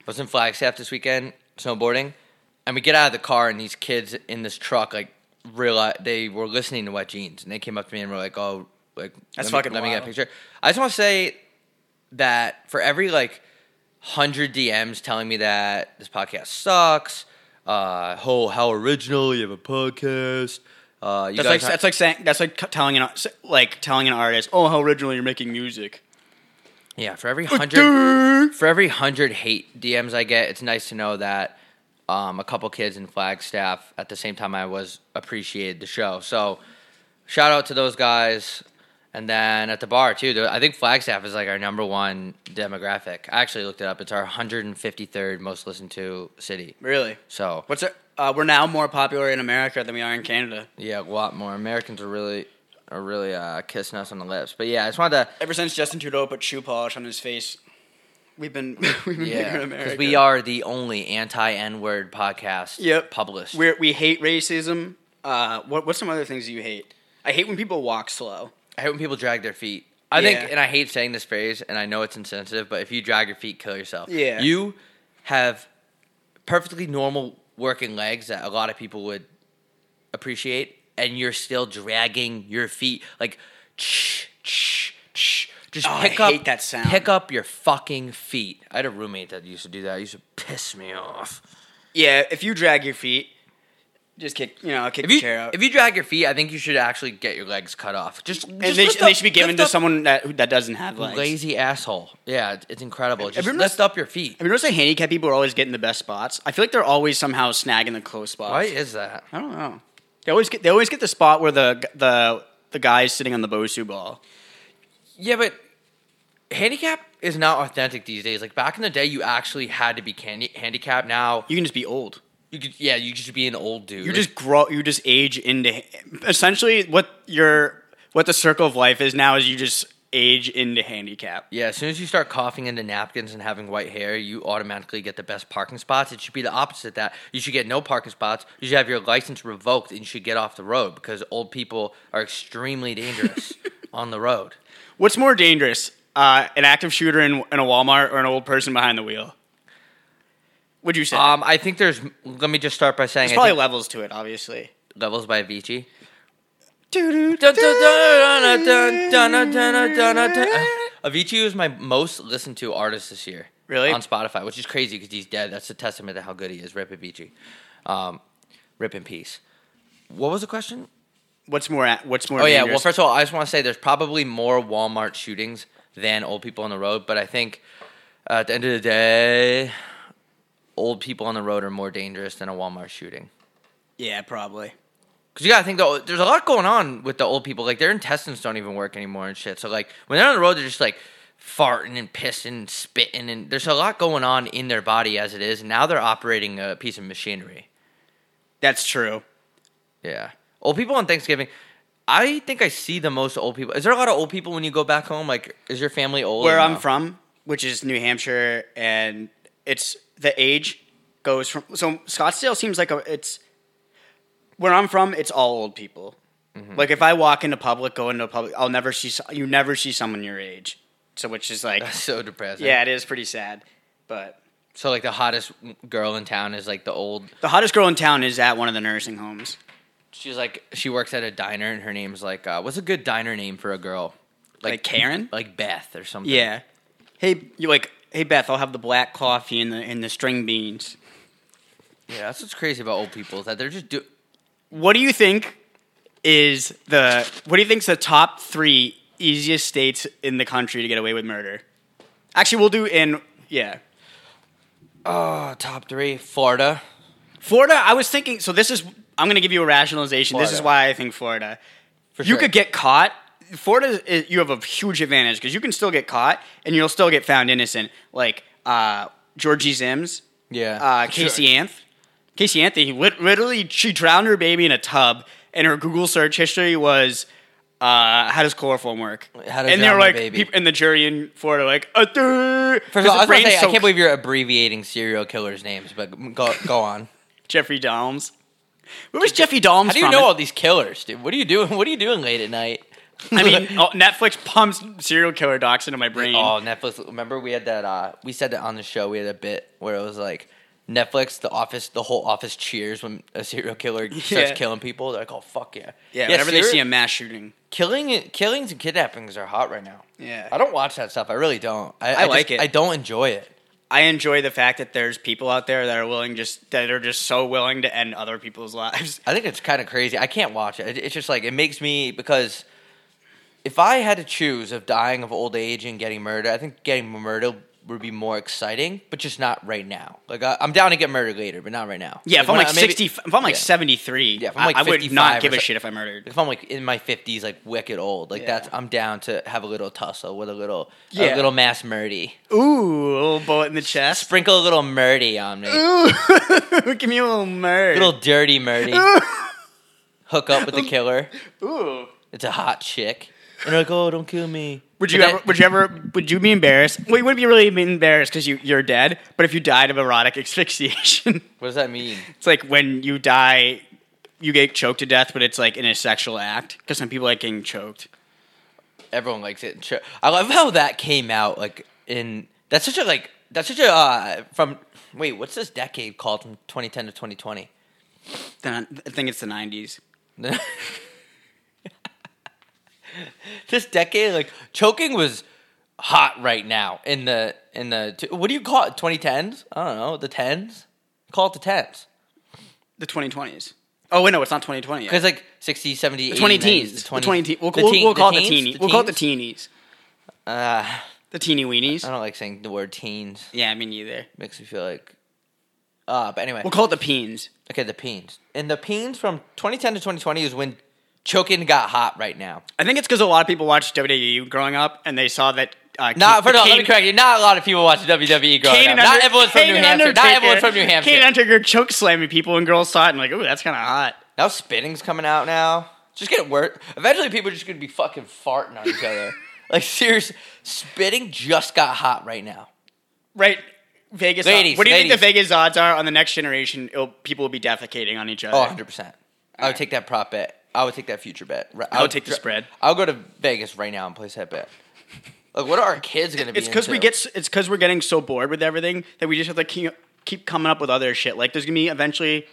Speaker 2: was in Flagstaff this weekend snowboarding, and we get out of the car and these kids in this truck like realize they were listening to Wet Jeans and they came up to me and were like, "Oh, like
Speaker 3: That's
Speaker 2: let me,
Speaker 3: fucking
Speaker 2: let me get a
Speaker 3: wild.
Speaker 2: picture." I just want to say that for every like hundred DMs telling me that this podcast sucks. Uh, oh, how original! You have a podcast. Uh, you guys
Speaker 3: That's like
Speaker 2: aren't-
Speaker 3: that's like saying that's like telling an like telling an artist, "Oh, how original you're making music."
Speaker 2: Yeah, for every hundred for every hundred hate DMs I get, it's nice to know that um, a couple kids in Flagstaff at the same time I was appreciated the show. So shout out to those guys. And then at the bar too, the- I think Flagstaff is like our number one demographic. I actually looked it up. It's our 153rd most listened to city.
Speaker 3: Really?
Speaker 2: So
Speaker 3: What's it? Uh, we're now more popular in America than we are in Canada.
Speaker 2: yeah, a lot more Americans are really are really uh, kissing us on the lips. But yeah, I just wanted to
Speaker 3: Ever since Justin Trudeau put shoe polish on his face, we've been [laughs] we've been bigger in
Speaker 2: Yeah,
Speaker 3: America.
Speaker 2: because we are the only anti N word podcast
Speaker 3: Yep.
Speaker 2: published.
Speaker 3: We're, we hate racism. Uh, what what's some other things you hate? I hate when people walk slow.
Speaker 2: I hate when people drag their feet. I
Speaker 3: Yeah.
Speaker 2: think, and I hate saying this phrase, and I know it's insensitive, but if you drag your feet, kill yourself.
Speaker 3: Yeah.
Speaker 2: You have perfectly normal working legs that a lot of people would appreciate, and you're still dragging your feet. Like, shh, shh, shh. Just
Speaker 3: Oh, I
Speaker 2: pick up
Speaker 3: hate that sound.
Speaker 2: Pick up your fucking feet. I had a roommate that used to do that. It used to piss me off.
Speaker 3: Yeah, if you drag your feet, just kick you know kick
Speaker 2: If
Speaker 3: the
Speaker 2: you
Speaker 3: chair out.
Speaker 2: if you drag your feet, I think you should actually get your legs cut off. Just,
Speaker 3: and
Speaker 2: just
Speaker 3: they,
Speaker 2: lift
Speaker 3: sh- they
Speaker 2: up-
Speaker 3: should be given
Speaker 2: lift
Speaker 3: to
Speaker 2: up
Speaker 3: someone that who, that doesn't have legs.
Speaker 2: lazy asshole. Yeah, it's, it's incredible. Just
Speaker 3: you
Speaker 2: lift
Speaker 3: noticed-
Speaker 2: up your feet.
Speaker 3: Have you noticed that handicap people are always getting the best spots? I feel like they're always somehow snagging the close spots.
Speaker 2: Why is that?
Speaker 3: I don't know. They always get they always get the spot where the g- the the guy is sitting on the Bosu ball.
Speaker 2: Yeah, but handicap is not authentic these days. Like back in the day, you actually had to be candy- handicapped. Now
Speaker 3: You can just be old.
Speaker 2: you could, yeah, you just be an old dude.
Speaker 3: You just grow. You just age into. Essentially, what your what the circle of life is now is you just age into handicap.
Speaker 2: yeah. As soon as you start coughing into napkins and having white hair, you automatically get the best parking spots. It should be the opposite. of That you should get no parking spots. You should have your license revoked and you should get off the road because old people are extremely
Speaker 3: [laughs]
Speaker 2: dangerous on the road.
Speaker 3: What's more dangerous, uh, an active shooter in, in a Walmart or an old person behind the wheel? Would you say?
Speaker 2: Um, I think there's. Let me just start by saying
Speaker 3: There's
Speaker 2: I
Speaker 3: probably
Speaker 2: think-
Speaker 3: levels to it, obviously.
Speaker 2: levels by Avicii. Dun, dun, dun, dun, dun, dun, dun, dun, dun, dun.
Speaker 3: Really?
Speaker 2: [laughs] Avicii was my most listened to artist this year.
Speaker 3: Really?
Speaker 2: On Spotify, which is crazy because he's dead. That's a testament to how good he is. Rip Avicii. Um, rip in peace. What was the question?
Speaker 3: What's more? a- What's more?
Speaker 2: Oh, yeah. Well,
Speaker 3: dangerous?
Speaker 2: first of all, I just want to say there's probably more Walmart shootings than old people on the road, but I think uh, at the end of the day, old people on the road are more dangerous than a Walmart shooting.
Speaker 3: yeah, probably.
Speaker 2: Cause you gotta think though, there's a lot going on with the old people. Like their intestines don't even work anymore and shit. So like when they're on the road, they're just like farting and pissing and spitting, and there's a lot going on in their body as it is. And now they're operating a piece of machinery.
Speaker 3: That's true.
Speaker 2: Yeah, old people on Thanksgiving. I think I see the most old people. Is there a lot of old people when you go back home? Like, is your family old? or
Speaker 3: Where I'm
Speaker 2: no?
Speaker 3: from, which is New Hampshire, and it's the age goes from. So Scottsdale seems like a it's. Where I'm from, it's all old people. Like if I walk into public, go into a public, I'll never see so- you. Never see someone your age. So which is like,
Speaker 2: That's [laughs] so depressing.
Speaker 3: yeah, it is pretty sad. But
Speaker 2: So like the hottest girl in town is like the old.
Speaker 3: the hottest girl in town is at one of the nursing homes.
Speaker 2: She's like she works at a diner, and her name's like uh, what's a good diner name for a girl?
Speaker 3: Like Karen?
Speaker 2: like Beth or something.
Speaker 3: Yeah. Hey, you like? Hey Beth, I'll have the black coffee and the and the string beans.
Speaker 2: Yeah, that's what's crazy about old people is that they're just do.
Speaker 3: What do you think is the what do you think's the top three easiest states in the country to get away with murder? Actually, we'll do in yeah.
Speaker 2: Oh, top three: Florida,
Speaker 3: Florida, I was thinking so this is I'm gonna give you a rationalization. This is
Speaker 2: Florida.
Speaker 3: why I think Florida.
Speaker 2: for
Speaker 3: you
Speaker 2: sure.
Speaker 3: could get caught. Florida, is, you have a huge advantage because you can still get caught and you'll still get found innocent. Like uh, Georgie Zims,
Speaker 2: yeah,
Speaker 3: uh,
Speaker 2: for sure.
Speaker 3: Casey Anth. Casey Anth, he lit- literally, she drowned her baby in a tub, and her Google search history was, uh, how does chloroform work?
Speaker 2: How to
Speaker 3: and they
Speaker 2: drown
Speaker 3: were
Speaker 2: my
Speaker 3: like,
Speaker 2: baby.
Speaker 3: peop- and the jury in Florida, like, uh, duh.
Speaker 2: First of all, I, was gonna
Speaker 3: brain
Speaker 2: say, I
Speaker 3: soak-
Speaker 2: can't believe you're abbreviating serial killers' names, but go go
Speaker 3: [laughs]
Speaker 2: on.
Speaker 3: Jeffrey Dahms. Where was Jeffrey Dahms
Speaker 2: How do you
Speaker 3: from?
Speaker 2: know all these killers, dude? What are you doing? [laughs] What are you doing late at night? [laughs]
Speaker 3: I mean, oh, Netflix pumps serial killer docs into my brain.
Speaker 2: Oh, Netflix. Remember we had that. Uh, we said that on the show. We had a bit where it was like Netflix, the office, the whole office cheers when a serial
Speaker 3: [laughs]
Speaker 2: killer starts
Speaker 3: Yeah.
Speaker 2: killing people. They're like, oh fuck yeah,
Speaker 3: yeah, whenever they
Speaker 2: serial-
Speaker 3: see a mass shooting.
Speaker 2: killing, killings and kidnappings are hot right now.
Speaker 3: Yeah.
Speaker 2: I don't watch that stuff. I really don't. I, I,
Speaker 3: like
Speaker 2: just-
Speaker 3: it.
Speaker 2: I don't enjoy it.
Speaker 3: I enjoy the fact that there's people out there that are willing just that are just so willing to end other people's [laughs] lives.
Speaker 2: I think it's kind of crazy. I can't watch it. It- It's just like it makes me because if I had to choose of dying of old age and getting murdered, I think getting murdered would be more exciting, but just not right now. Like I, I'm down to get murdered later, but not right now.
Speaker 3: Yeah, if I'm
Speaker 2: when
Speaker 3: like
Speaker 2: I- maybe-
Speaker 3: sixty, if I'm like
Speaker 2: yeah.
Speaker 3: seventy three,
Speaker 2: Yeah, if I'm
Speaker 3: I,
Speaker 2: like
Speaker 3: I would
Speaker 2: 55 or
Speaker 3: not give a
Speaker 2: so-
Speaker 3: shit if I murdered.
Speaker 2: if I'm like in my fifties, like wicked old, like
Speaker 3: Yeah.
Speaker 2: that's I'm down to have a little tussle with a little,
Speaker 3: Yeah.
Speaker 2: a little mass murdy.
Speaker 3: Ooh, a little bullet in the chest. [laughs]
Speaker 2: Sprinkle a little murdy on me,
Speaker 3: Ooh, give me a little murder.
Speaker 2: little dirty
Speaker 3: [laughs]
Speaker 2: murdy. Hook up with the killer.
Speaker 3: Ooh.
Speaker 2: It's a hot chick, and they're like, oh, don't kill me.
Speaker 3: Would
Speaker 2: But
Speaker 3: you
Speaker 2: that-
Speaker 3: ever? Would you ever? Would you be embarrassed? Well, you wouldn't be really embarrassed because you you're dead. But if you died of erotic [laughs] asphyxiation,
Speaker 2: What does that mean?
Speaker 3: it's like when you die, you get choked to death, but it's like in a sexual act because some people like getting choked.
Speaker 2: Everyone likes it. Sure. I love how that came out. Like in that's such a like that's such a uh, from wait what's this decade called from 2010 to 2020?
Speaker 3: Then I think it's the nineties.
Speaker 2: [laughs] this decade like choking was hot right now in the in the what do you call it 2010s? I don't know the tens. Call it the tens.
Speaker 3: The twenty twenties. Oh wait, no, it's not twenty twenty.
Speaker 2: Because like 60, 70, 80,
Speaker 3: Twenty
Speaker 2: 90s,
Speaker 3: teens.
Speaker 2: the
Speaker 3: The
Speaker 2: 20s.
Speaker 3: twenty teens. We'll,
Speaker 2: The
Speaker 3: we'll,
Speaker 2: teen-
Speaker 3: we'll
Speaker 2: the
Speaker 3: call it the
Speaker 2: teens?
Speaker 3: teeny. we'll call it the
Speaker 2: teens?
Speaker 3: teenies.
Speaker 2: Uh,
Speaker 3: The teeny weenies.
Speaker 2: I don't like saying the word teens.
Speaker 3: Yeah, me neither.
Speaker 2: Makes me feel like. Uh, but anyway.
Speaker 3: We'll call it the peens.
Speaker 2: Okay, the peens. And the peens from 2010 to 2020 is when choking got hot right now.
Speaker 3: I think it's because a lot of people watched WWE growing up and they saw that. Uh,
Speaker 2: Not,
Speaker 3: Kane-
Speaker 2: for no, let me
Speaker 3: Kane-
Speaker 2: correct you. Not a lot of people watch WWE growing
Speaker 3: Kane
Speaker 2: up.
Speaker 3: and
Speaker 2: Not
Speaker 3: Under-
Speaker 2: everyone's from
Speaker 3: Kane
Speaker 2: New
Speaker 3: and
Speaker 2: Hampshire. Not
Speaker 3: Undertaker-
Speaker 2: everyone's from New Hampshire.
Speaker 3: Kane and Undertaker choke slamming people and girls saw it and like, ooh, that's kind of hot.
Speaker 2: now spinning's coming out now. It's Just getting worse. Eventually, people are just going to be fucking farting on each
Speaker 3: [laughs]
Speaker 2: other. like, serious. Spitting just got hot right now.
Speaker 3: Right. Vegas.
Speaker 2: Ladies,
Speaker 3: what do you think the
Speaker 2: ladies.
Speaker 3: Vegas odds are on the next generation? It'll, people will be defecating on each other.
Speaker 2: Oh, 100%. I would take that prop bet. I would take that future bet. Ri-
Speaker 3: I would take the spread.
Speaker 2: I'll go to Vegas right now and place that bet. Like, what are our kids going to be
Speaker 3: It's because we
Speaker 2: into?
Speaker 3: get. s- It's because we're getting so bored with everything that we just have to keep, keep coming up with other shit. Like there's gonna be eventually.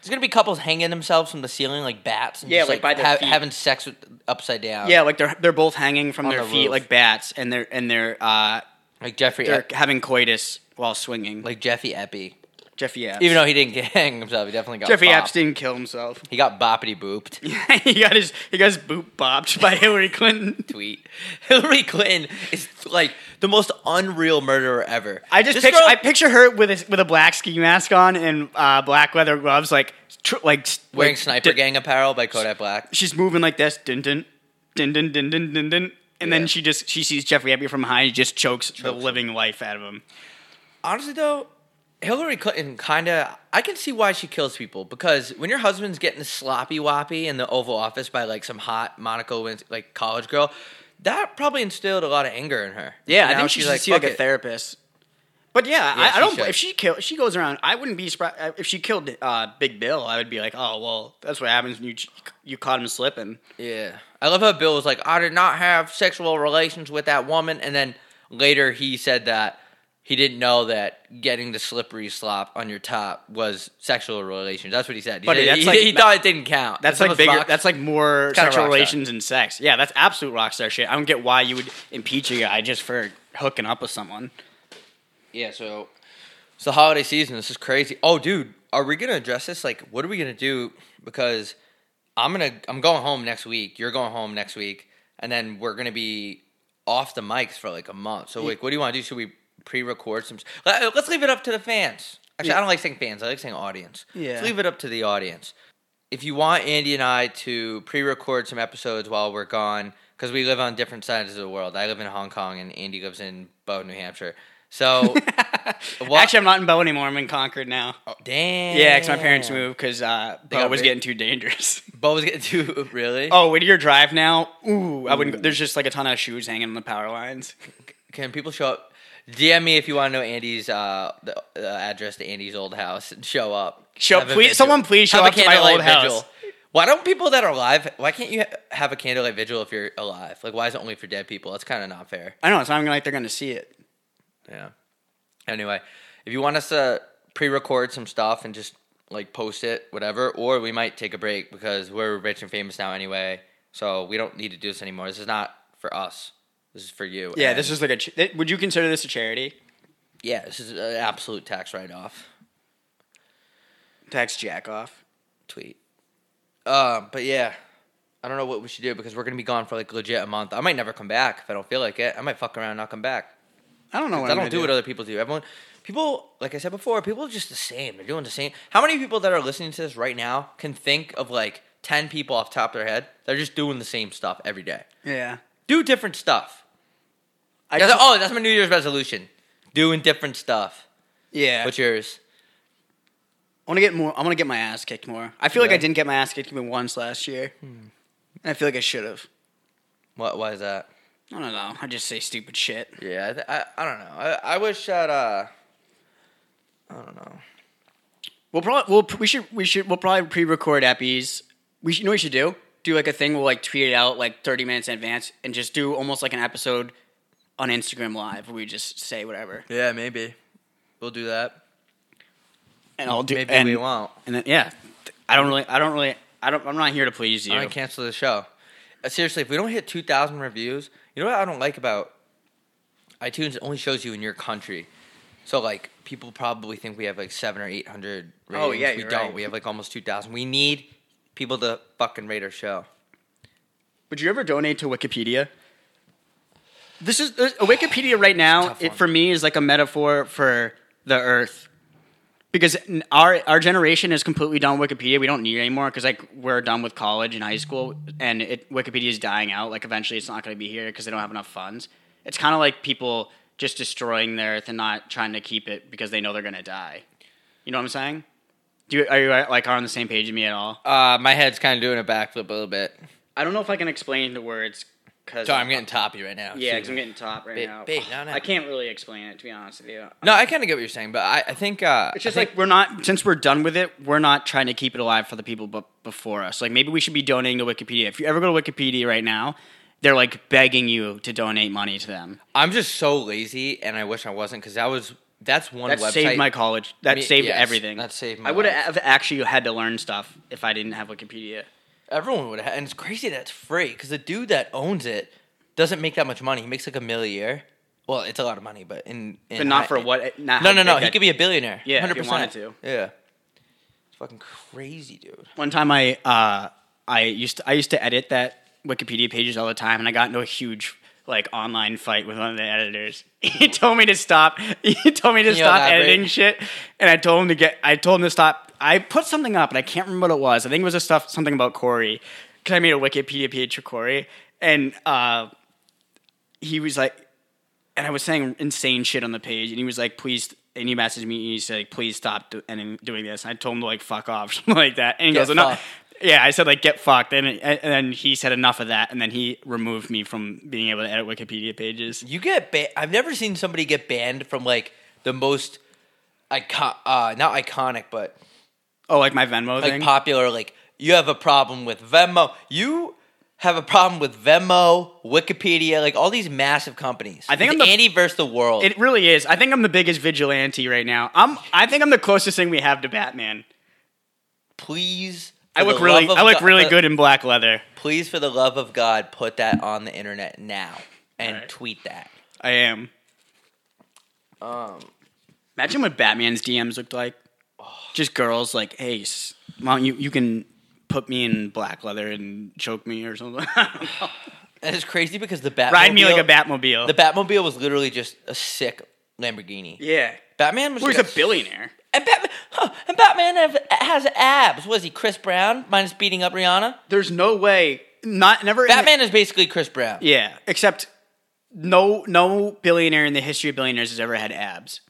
Speaker 2: There's gonna be couples hanging themselves from the ceiling like bats. And
Speaker 3: Yeah,
Speaker 2: just,
Speaker 3: like, by their feet.
Speaker 2: having sex with, upside down.
Speaker 3: Yeah, like they're they're both hanging from
Speaker 2: On
Speaker 3: their
Speaker 2: the
Speaker 3: feet
Speaker 2: roof.
Speaker 3: like bats, and they're and they're uh,
Speaker 2: like Jeffrey,
Speaker 3: they're
Speaker 2: Ep-
Speaker 3: having coitus while swinging. Like
Speaker 2: like Jeffy Eppy.
Speaker 3: Jeffy Epps.
Speaker 2: Even though he didn't [laughs] get hang himself, he definitely got
Speaker 3: Jeffy
Speaker 2: bopped.
Speaker 3: Epps didn't kill himself. [laughs]
Speaker 2: He got boppity booped.
Speaker 3: he got his he got his boot bopped by [laughs] Hillary Clinton.
Speaker 2: Tweet. Hillary Clinton is like the most unreal murderer ever.
Speaker 3: I just
Speaker 2: This
Speaker 3: picture
Speaker 2: girl-
Speaker 3: I picture her with a, with a black ski mask on and uh, black leather gloves, like tr- like s-
Speaker 2: wearing
Speaker 3: like,
Speaker 2: sniper
Speaker 3: di-
Speaker 2: gang apparel by Kodak Black.
Speaker 3: She's moving like this, din din din din din din din din, and
Speaker 2: Yeah.
Speaker 3: then she just she sees Jeffrey Epstein from behind, and just chokes, the
Speaker 2: him.
Speaker 3: living life out of him.
Speaker 2: honestly though hillary clinton kind of i can see why she kills people because when your husband's getting sloppy woppy in the oval office by like some hot monaco Win- like college girl that probably instilled a lot of anger in her Now "Fuck it."
Speaker 3: therapist. But yeah,
Speaker 2: Yeah,
Speaker 3: I,
Speaker 2: she
Speaker 3: I don't.
Speaker 2: should.
Speaker 3: If she kill, she goes around. I wouldn't be surprised uh, if she killed uh, Big Bill. I would be like, oh well, that's what happens when you ch- you caught him slipping.
Speaker 2: yeah i love how bill was like i did not have sexual relations with that woman and then later he said that he didn't know that getting the slippery slop on your top was sexual relations. That's what he said. He,
Speaker 3: Buddy,
Speaker 2: said-
Speaker 3: that's
Speaker 2: he- [laughs]
Speaker 3: like-
Speaker 2: he thought it didn't count.
Speaker 3: That's
Speaker 2: It's the
Speaker 3: like
Speaker 2: most
Speaker 3: bigger.
Speaker 2: rock-
Speaker 3: That's like more
Speaker 2: kinda
Speaker 3: sexual
Speaker 2: rock star.
Speaker 3: relations and sex. Yeah, that's absolute rock star shit. I don't get why you would impeach a guy just for hooking up with someone.
Speaker 2: Yeah, so it's the holiday season. This is crazy. Oh, dude, are we gonna address this? Like, what are we gonna do? Because I'm gonna I'm going home next week. You're going home next week, and then we're gonna be off the mics for like a month. So, like, what do you want to do? Should we pre-record some? Let- Let's leave it up to the fans. Actually, I don't like saying fans. I like saying audience.
Speaker 3: Yeah.
Speaker 2: Let's leave it up to the audience. If you want Andy and I to pre-record some episodes while we're gone, because we live on different sides of the world. I live in Hong Kong, and Andy lives in Bow, New Hampshire.
Speaker 3: [laughs]
Speaker 2: So Well-
Speaker 3: Actually, I'm not in Bow anymore. I'm in Concord now.
Speaker 2: Oh, damn.
Speaker 3: Yeah, because my parents moved because uh, Bow
Speaker 2: got
Speaker 3: was
Speaker 2: rid-
Speaker 3: getting too dangerous. [laughs]
Speaker 2: Bo [laughs] was getting too really.
Speaker 3: oh, with your drive now, ooh, I wouldn't. There's just like a ton of shoes hanging on the power lines.
Speaker 2: Can people show up? DM me if you want to know Andy's uh, the, uh address to Andy's old house and show up.
Speaker 3: Show-
Speaker 2: Have a
Speaker 3: please-
Speaker 2: vigil.
Speaker 3: someone please show
Speaker 2: Have a
Speaker 3: up to my
Speaker 2: candlelight
Speaker 3: old house.
Speaker 2: vigil. Why don't people that are alive? Why can't you ha- have a candlelight vigil if you're alive? Like, why is it only for dead people? That's kind of not fair.
Speaker 3: I know. It's not even like they're gonna see it.
Speaker 2: Yeah. Anyway, if you want us to pre-record some stuff and just like post it, whatever, or we might take a break because we're rich and famous now anyway, so we don't need to do this anymore. This is not for us. This is for you.
Speaker 3: Yeah,
Speaker 2: And-
Speaker 3: this is like a. Ch- th- would you consider this a charity?
Speaker 2: yeah. This is an absolute tax write-off.
Speaker 3: Tax jack off.
Speaker 2: Tweet. Uh, Um, but yeah, I don't know what we should do because we're gonna be gone for like legit a month. I might never come back if I don't feel like it. I might fuck around and not come back.
Speaker 3: I don't know what
Speaker 2: I
Speaker 3: I'm
Speaker 2: don't
Speaker 3: gonna
Speaker 2: do what other people do. Everyone, people, like I said before, people are just the same. They're doing the same. How many people that are listening to this right now can think of like ten people off the top of their head? They're just doing the same stuff every day.
Speaker 3: Yeah.
Speaker 2: Do different stuff.
Speaker 3: I
Speaker 2: That's-
Speaker 3: just-
Speaker 2: oh, that's my New Year's resolution. Doing different stuff.
Speaker 3: yeah.
Speaker 2: What's yours?
Speaker 3: I want to get more. I want to get my ass kicked more. I feel like
Speaker 2: Yeah. Hmm.
Speaker 3: I didn't get my ass kicked even once last year, and I feel like I should have.
Speaker 2: What? Why is that?
Speaker 3: I don't know. I just say stupid shit.
Speaker 2: Yeah, I, th- I, I don't know. I, I wish that. uh I don't know.
Speaker 3: We'll probably we'll, we should we should we'll probably pre-record Eppies. We should, you know what we should do? Do like a thing. We'll like tweet it out like thirty minutes in advance, and just do almost like an episode on Instagram Live where we just say whatever.
Speaker 2: Yeah, maybe we'll do that.
Speaker 3: And I'll do.
Speaker 2: Maybe
Speaker 3: and,
Speaker 2: we won't.
Speaker 3: And then, yeah, I don't really. I don't really. I don't. I'm not here to please you.
Speaker 2: I'm gonna cancel the show. Uh, seriously, if we don't hit 2,000 reviews, you know what I don't like about iTunes? It only shows you in your country. So like people probably think we have like seven or eight hundred ratings.
Speaker 3: Oh, yeah,
Speaker 2: we
Speaker 3: you're
Speaker 2: don't.
Speaker 3: right.
Speaker 2: We have like almost two thousand. We need people to fucking rate our show.
Speaker 3: Would you ever donate to Wikipedia? This is uh, Wikipedia right now.
Speaker 2: Tough
Speaker 3: It,
Speaker 2: one.
Speaker 3: for me is like a metaphor for the Earth, because n- our our generation is completely done with Wikipedia. We don't need it anymore because like we're done with college and high school, and it, Wikipedia is dying out. Like eventually, it's not going to be here because they don't have enough funds. It's kind of like people just destroying the Earth and not trying to keep it because they know they're going to die. You know what I'm saying? Do you, are you uh, like on the same page as me at all?
Speaker 2: Uh, my head's kind of doing a backflip a little bit.
Speaker 3: I don't know if I can explain the words. Cause
Speaker 2: Sorry, I'm getting toppy right now. Excuse
Speaker 3: yeah, because I'm
Speaker 2: me.
Speaker 3: getting top right
Speaker 2: Big-
Speaker 3: now.
Speaker 2: big, no, no.
Speaker 3: I can't really explain it to be honest with you.
Speaker 2: No, I kind of get what you're saying, but I, I think uh,
Speaker 3: It's just
Speaker 2: I think-
Speaker 3: like we're not since we're done with it, we're not trying to keep it alive for the people but before us. Like maybe we should be donating to Wikipedia. If you ever go to Wikipedia right now, they're like begging you to donate money to them.
Speaker 2: I'm just so lazy, and I wish I wasn't because that was that's one
Speaker 3: That
Speaker 2: website
Speaker 3: saved my college. That
Speaker 2: Me-
Speaker 3: saved
Speaker 2: yes,
Speaker 3: everything.
Speaker 2: that saved my
Speaker 3: I would
Speaker 2: life.
Speaker 3: have actually had to learn stuff if I didn't have Wikipedia.
Speaker 2: Everyone would, have, and it's crazy that it's free because the dude that owns it doesn't make that much money. He makes like a mil a year. Well, it's a lot of money, but in, in
Speaker 3: But not
Speaker 2: high-
Speaker 3: for what not
Speaker 2: No,
Speaker 3: how
Speaker 2: no,
Speaker 3: big
Speaker 2: no. He
Speaker 3: that-
Speaker 2: could be a billionaire.
Speaker 3: Yeah, if he
Speaker 2: 100%.
Speaker 3: wanted to.
Speaker 2: Yeah, it's fucking crazy, dude.
Speaker 3: One time I uh, I used to, I used to edit that Wikipedia pages all the time, and I got into a huge like online fight with one of the editors. [laughs] He told me to stop. [laughs] He told me to
Speaker 2: Can you
Speaker 3: stop
Speaker 2: elaborate?
Speaker 3: editing shit, and I told him to get. I told him to stop. I put something up, and I can't remember what it was. I think it was a stuff something about Corey, because I made a Wikipedia page for Corey, and uh, he was like, and I was saying insane shit on the page, and he was like, please. And he messaged me, and he said, like, please stop do- and doing this. And I told him to like fuck off, [laughs] something like that. And he
Speaker 2: Get
Speaker 3: goes, no.
Speaker 2: fucked.
Speaker 3: Yeah, I said like get fucked, and, and then he said enough of that, and then he removed me from being able to edit Wikipedia pages.
Speaker 2: You get ba- I've never seen somebody get banned from like the most icon, uh, not iconic, but
Speaker 3: Oh, like my Venmo
Speaker 2: like
Speaker 3: thing.
Speaker 2: popular. Like you have a problem with Venmo. You have a problem with Venmo, Wikipedia, like all these massive companies.
Speaker 3: I think
Speaker 2: It's
Speaker 3: I'm the-
Speaker 2: Andy versus the world.
Speaker 3: It really is. I think I'm the biggest vigilante right now. I'm. I think I'm the closest thing we have to Batman.
Speaker 2: please.
Speaker 3: I
Speaker 2: for
Speaker 3: look
Speaker 2: the
Speaker 3: really.
Speaker 2: love of
Speaker 3: I look
Speaker 2: Go-
Speaker 3: really
Speaker 2: uh,
Speaker 3: good in black leather.
Speaker 2: Please, for the love of God, put that on the internet now and
Speaker 3: Alright.
Speaker 2: tweet that.
Speaker 3: I am.
Speaker 2: Um,
Speaker 3: Imagine what Batman's DMs looked like. Just girls like, hey, s- mom, you you can put me in black leather and choke me or something. [laughs]
Speaker 2: and it's crazy because the Batmobile.
Speaker 3: Ride me like a Batmobile.
Speaker 2: The Batmobile was literally just a sick Lamborghini.
Speaker 3: yeah.
Speaker 2: Batman was.
Speaker 3: Or he's a
Speaker 2: just,
Speaker 3: billionaire.
Speaker 2: And Batman, huh, and Batman have, has abs. What is he? Chris Brown minus beating up Rihanna.
Speaker 3: There's no way. Not never. in the-
Speaker 2: Batman is basically Chris Brown.
Speaker 3: Yeah, except no no billionaire in the history of billionaires has ever had abs.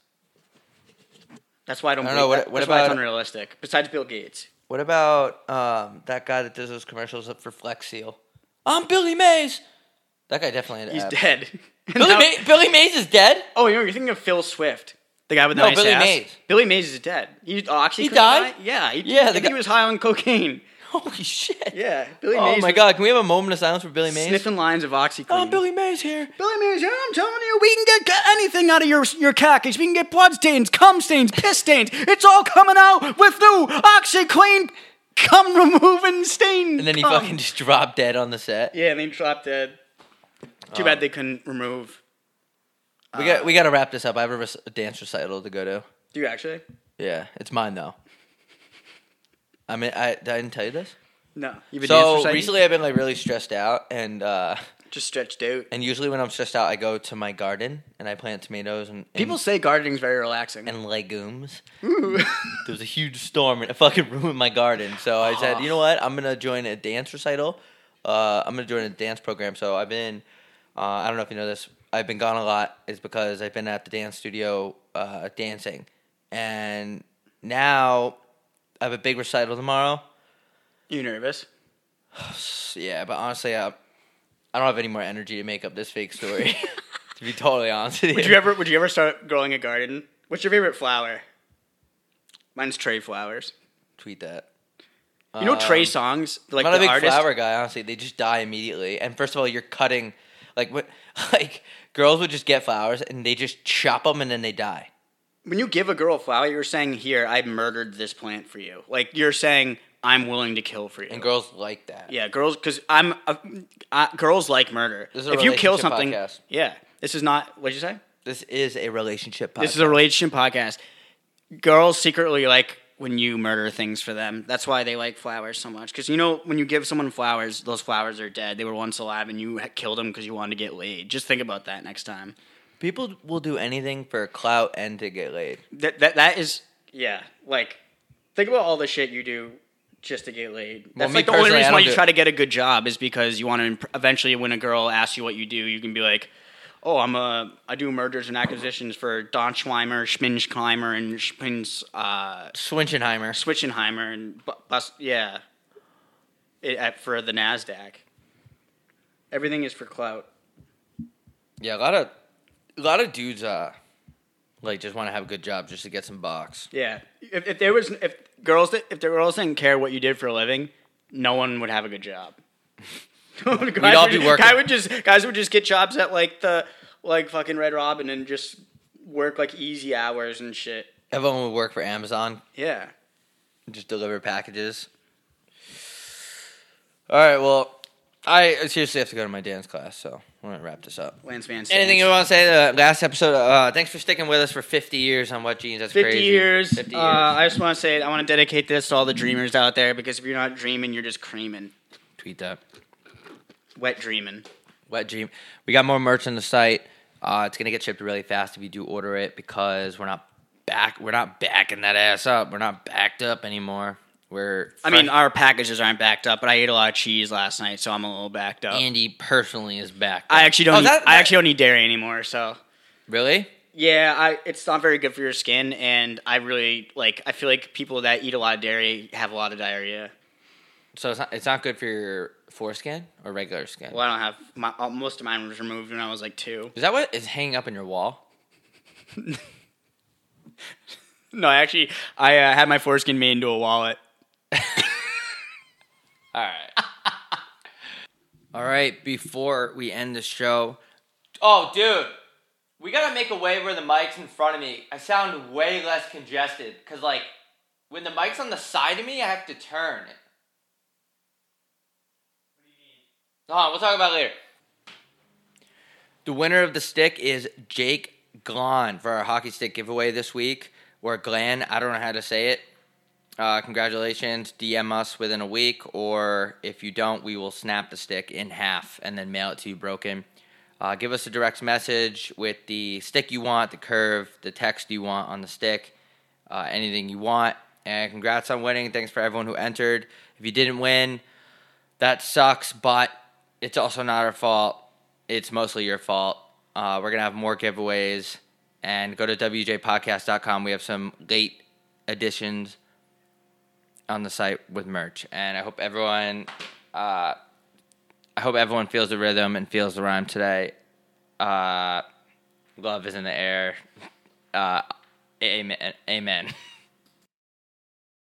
Speaker 3: That's why I don't,
Speaker 2: I
Speaker 3: I
Speaker 2: don't know, what-
Speaker 3: that,
Speaker 2: what
Speaker 3: that's why it's
Speaker 2: about-
Speaker 3: unrealistic. Besides Bill Gates.
Speaker 2: What about um, that guy that does those commercials up for Flex Seal? I'm Billy Mays. That guy definitely had
Speaker 3: He's
Speaker 2: abs.
Speaker 3: dead. [laughs]
Speaker 2: Billy,
Speaker 3: Now-
Speaker 2: May- Billy Mays is dead.
Speaker 3: [laughs] Oh, you know, you're thinking of Phil Swift. The guy with the
Speaker 2: No,
Speaker 3: nice
Speaker 2: Billy
Speaker 3: ass.
Speaker 2: Mays.
Speaker 3: Billy Mays is dead. He, oh, actually,
Speaker 2: He
Speaker 3: could die?
Speaker 2: died?
Speaker 3: Yeah, he,
Speaker 2: Yeah,
Speaker 3: I
Speaker 2: the
Speaker 3: think
Speaker 2: guy-
Speaker 3: he was high on cocaine.
Speaker 2: Holy shit.
Speaker 3: Yeah, Billy
Speaker 2: oh
Speaker 3: Mays
Speaker 2: my
Speaker 3: was
Speaker 2: god, can we have a moment of silence for Billy Mays?
Speaker 3: sniffing lines of OxyClean.
Speaker 2: Oh, Billy Mays here.
Speaker 3: Billy Mays, yeah, I'm telling you, we can get ca- anything out of your your khakis. We can get blood stains, cum stains, piss stains. It's all coming out with new OxyClean cum removing stain.
Speaker 2: And then he
Speaker 3: cum.
Speaker 2: fucking just dropped dead on the set.
Speaker 3: [laughs] yeah, and he dropped dead. Too
Speaker 2: Oh.
Speaker 3: bad they couldn't remove.
Speaker 2: We got we got to wrap this up. I have a, rec- a dance recital to go to.
Speaker 3: Do you actually?
Speaker 2: Yeah, it's mine though. I mean, I, I didn't tell you this.
Speaker 3: No. You have a dance
Speaker 2: So
Speaker 3: recital?
Speaker 2: recently, I've been like really stressed out, and uh,
Speaker 3: just stretched out.
Speaker 2: and usually when I'm stressed out, I go to my garden and I plant tomatoes and, and
Speaker 3: People say gardening's very relaxing.
Speaker 2: and legumes. [laughs] there was a huge storm and it fucking ruined my garden. So I said, you know what? I'm gonna join a dance recital. Uh, I'm gonna join a dance program. So I've been, uh, I don't know if you know this. I've been gone a lot is because I've been at the dance studio uh, dancing, and now I have a big recital tomorrow.
Speaker 3: you nervous?
Speaker 2: Yeah, but honestly, I, I don't have any more energy to make up this fake story. [laughs] to be totally honest with you,
Speaker 3: Would you ever would you ever start growing a garden? What's your favorite flower? Mine's Trey Flowers.
Speaker 2: tweet that?
Speaker 3: You know Trey songs, like
Speaker 2: I'm Um, not
Speaker 3: the
Speaker 2: a big
Speaker 3: artist.
Speaker 2: flower guy, honestly. They just die immediately. And first of all, you're cutting like what [laughs] like girls would just get flowers and they just chop them and then they die.
Speaker 3: When you give a girl a flower, you're saying, "Here, I murdered this plant for you." Like you're saying, "I'm willing to kill for you."
Speaker 2: And girls like that.
Speaker 3: yeah, girls, because I'm uh, uh, girls like murder.
Speaker 2: This is a
Speaker 3: if you kill
Speaker 2: relationship
Speaker 3: something,
Speaker 2: podcast.
Speaker 3: yeah, this is not what'd you say.
Speaker 2: This is a relationship podcast.
Speaker 3: This is a relationship podcast. Girls secretly like when you murder things for them. That's why they like flowers so much. Because you know, when you give someone flowers, those flowers are dead. They were once alive, and you ha- killed them because you wanted to get laid. Just think about that next time.
Speaker 2: People will do anything for clout and to get laid.
Speaker 3: That that that is yeah. Like, think about all the shit you do just to get laid. That's
Speaker 2: me
Speaker 3: like the only
Speaker 2: personally, I
Speaker 3: reason why
Speaker 2: don't
Speaker 3: you
Speaker 2: do
Speaker 3: try to get a good job is because you want to imp- eventually, when a girl asks you what you do, you can be like. Oh, I'm a. I do mergers and acquisitions for Don Schweimer, Schminschheimer, and Spins, uh
Speaker 2: Swinschenheimer.
Speaker 3: Switchenheimer and bu- bus, yeah, it, at, for the Nasdaq. Everything is for clout.
Speaker 2: Yeah, a lot of a lot of dudes uh like just want to have a good job just to get some box.
Speaker 3: Yeah, if, if there was if girls di- if the girls didn't care what you did for a living, no one would have a good job. [laughs] We'd
Speaker 2: all be working.
Speaker 3: Guy would just guys would just get jobs at like the like fucking Red Robin and just work like easy hours and shit.
Speaker 2: Everyone would work for Amazon,
Speaker 3: Yeah.
Speaker 2: just deliver packages. All right, well, I seriously have to go to my dance class, so I'm gonna wrap this up.
Speaker 3: Lance Van. Stans.
Speaker 2: Anything you want to say? to The last episode. Uh, thanks for sticking with us for 50 years on What Jeans. That's
Speaker 3: 50
Speaker 2: crazy.
Speaker 3: years.
Speaker 2: 50 years.
Speaker 3: Uh, I just want to say I want to dedicate this to all the dreamers out there because if you're not dreaming, you're just creaming,
Speaker 2: Tweet that.
Speaker 3: wet dreaming.
Speaker 2: Wet Dream. We got more merch on the site. Uh, it's gonna get shipped really fast if you do order it because we're not back. We're not backing that ass up. We're not backed up anymore. We're.
Speaker 3: I mean, our packages aren't backed up, but I ate a lot of cheese last night, so I'm a little backed up.
Speaker 2: Andy personally is back.
Speaker 3: uh, I actually don't.
Speaker 2: Oh,
Speaker 3: eat-
Speaker 2: that-
Speaker 3: I
Speaker 2: that-
Speaker 3: actually don't eat dairy anymore. So
Speaker 2: really.
Speaker 3: yeah, I, it's not very good for your skin, and I really like. I feel like people that eat a lot of dairy have a lot of diarrhea.
Speaker 2: So it's not, it's not good for your foreskin or regular skin.
Speaker 3: Well, I don't have my uh, most of mine was removed when I was like two.
Speaker 2: Is that what is hanging up in your wall?
Speaker 3: No, I actually, I uh, had my foreskin made into a wallet.
Speaker 2: All right. All right. Before we end the show. Oh, dude. We got to make a way where the mic's in front of me. I sound way less congested. Because, like, when the mic's on the side of me, I have to turn. What do you mean? Hold on. We'll talk about it later. The winner of the stick is Jake Glan for our hockey stick giveaway this week. Or Glan. I don't know how to say it. Uh, congratulations. DM us within a week, or if you don't, we will snap the stick in half and then mail it to you broken. Uh, give us a direct message with the stick you want, the curve, the text you want on the stick, uh, anything you want. And congrats on winning. Thanks for everyone who entered. If you didn't win, that sucks, but it's also not our fault. It's mostly your fault. Uh, we're going to have more giveaways. And go to wjpodcast.com. We have some late editions on the site with merch. And I hope everyone, uh, I hope everyone feels the rhythm and feels the rhyme today. Uh, love is in the air. Uh, amen. [laughs] Amen.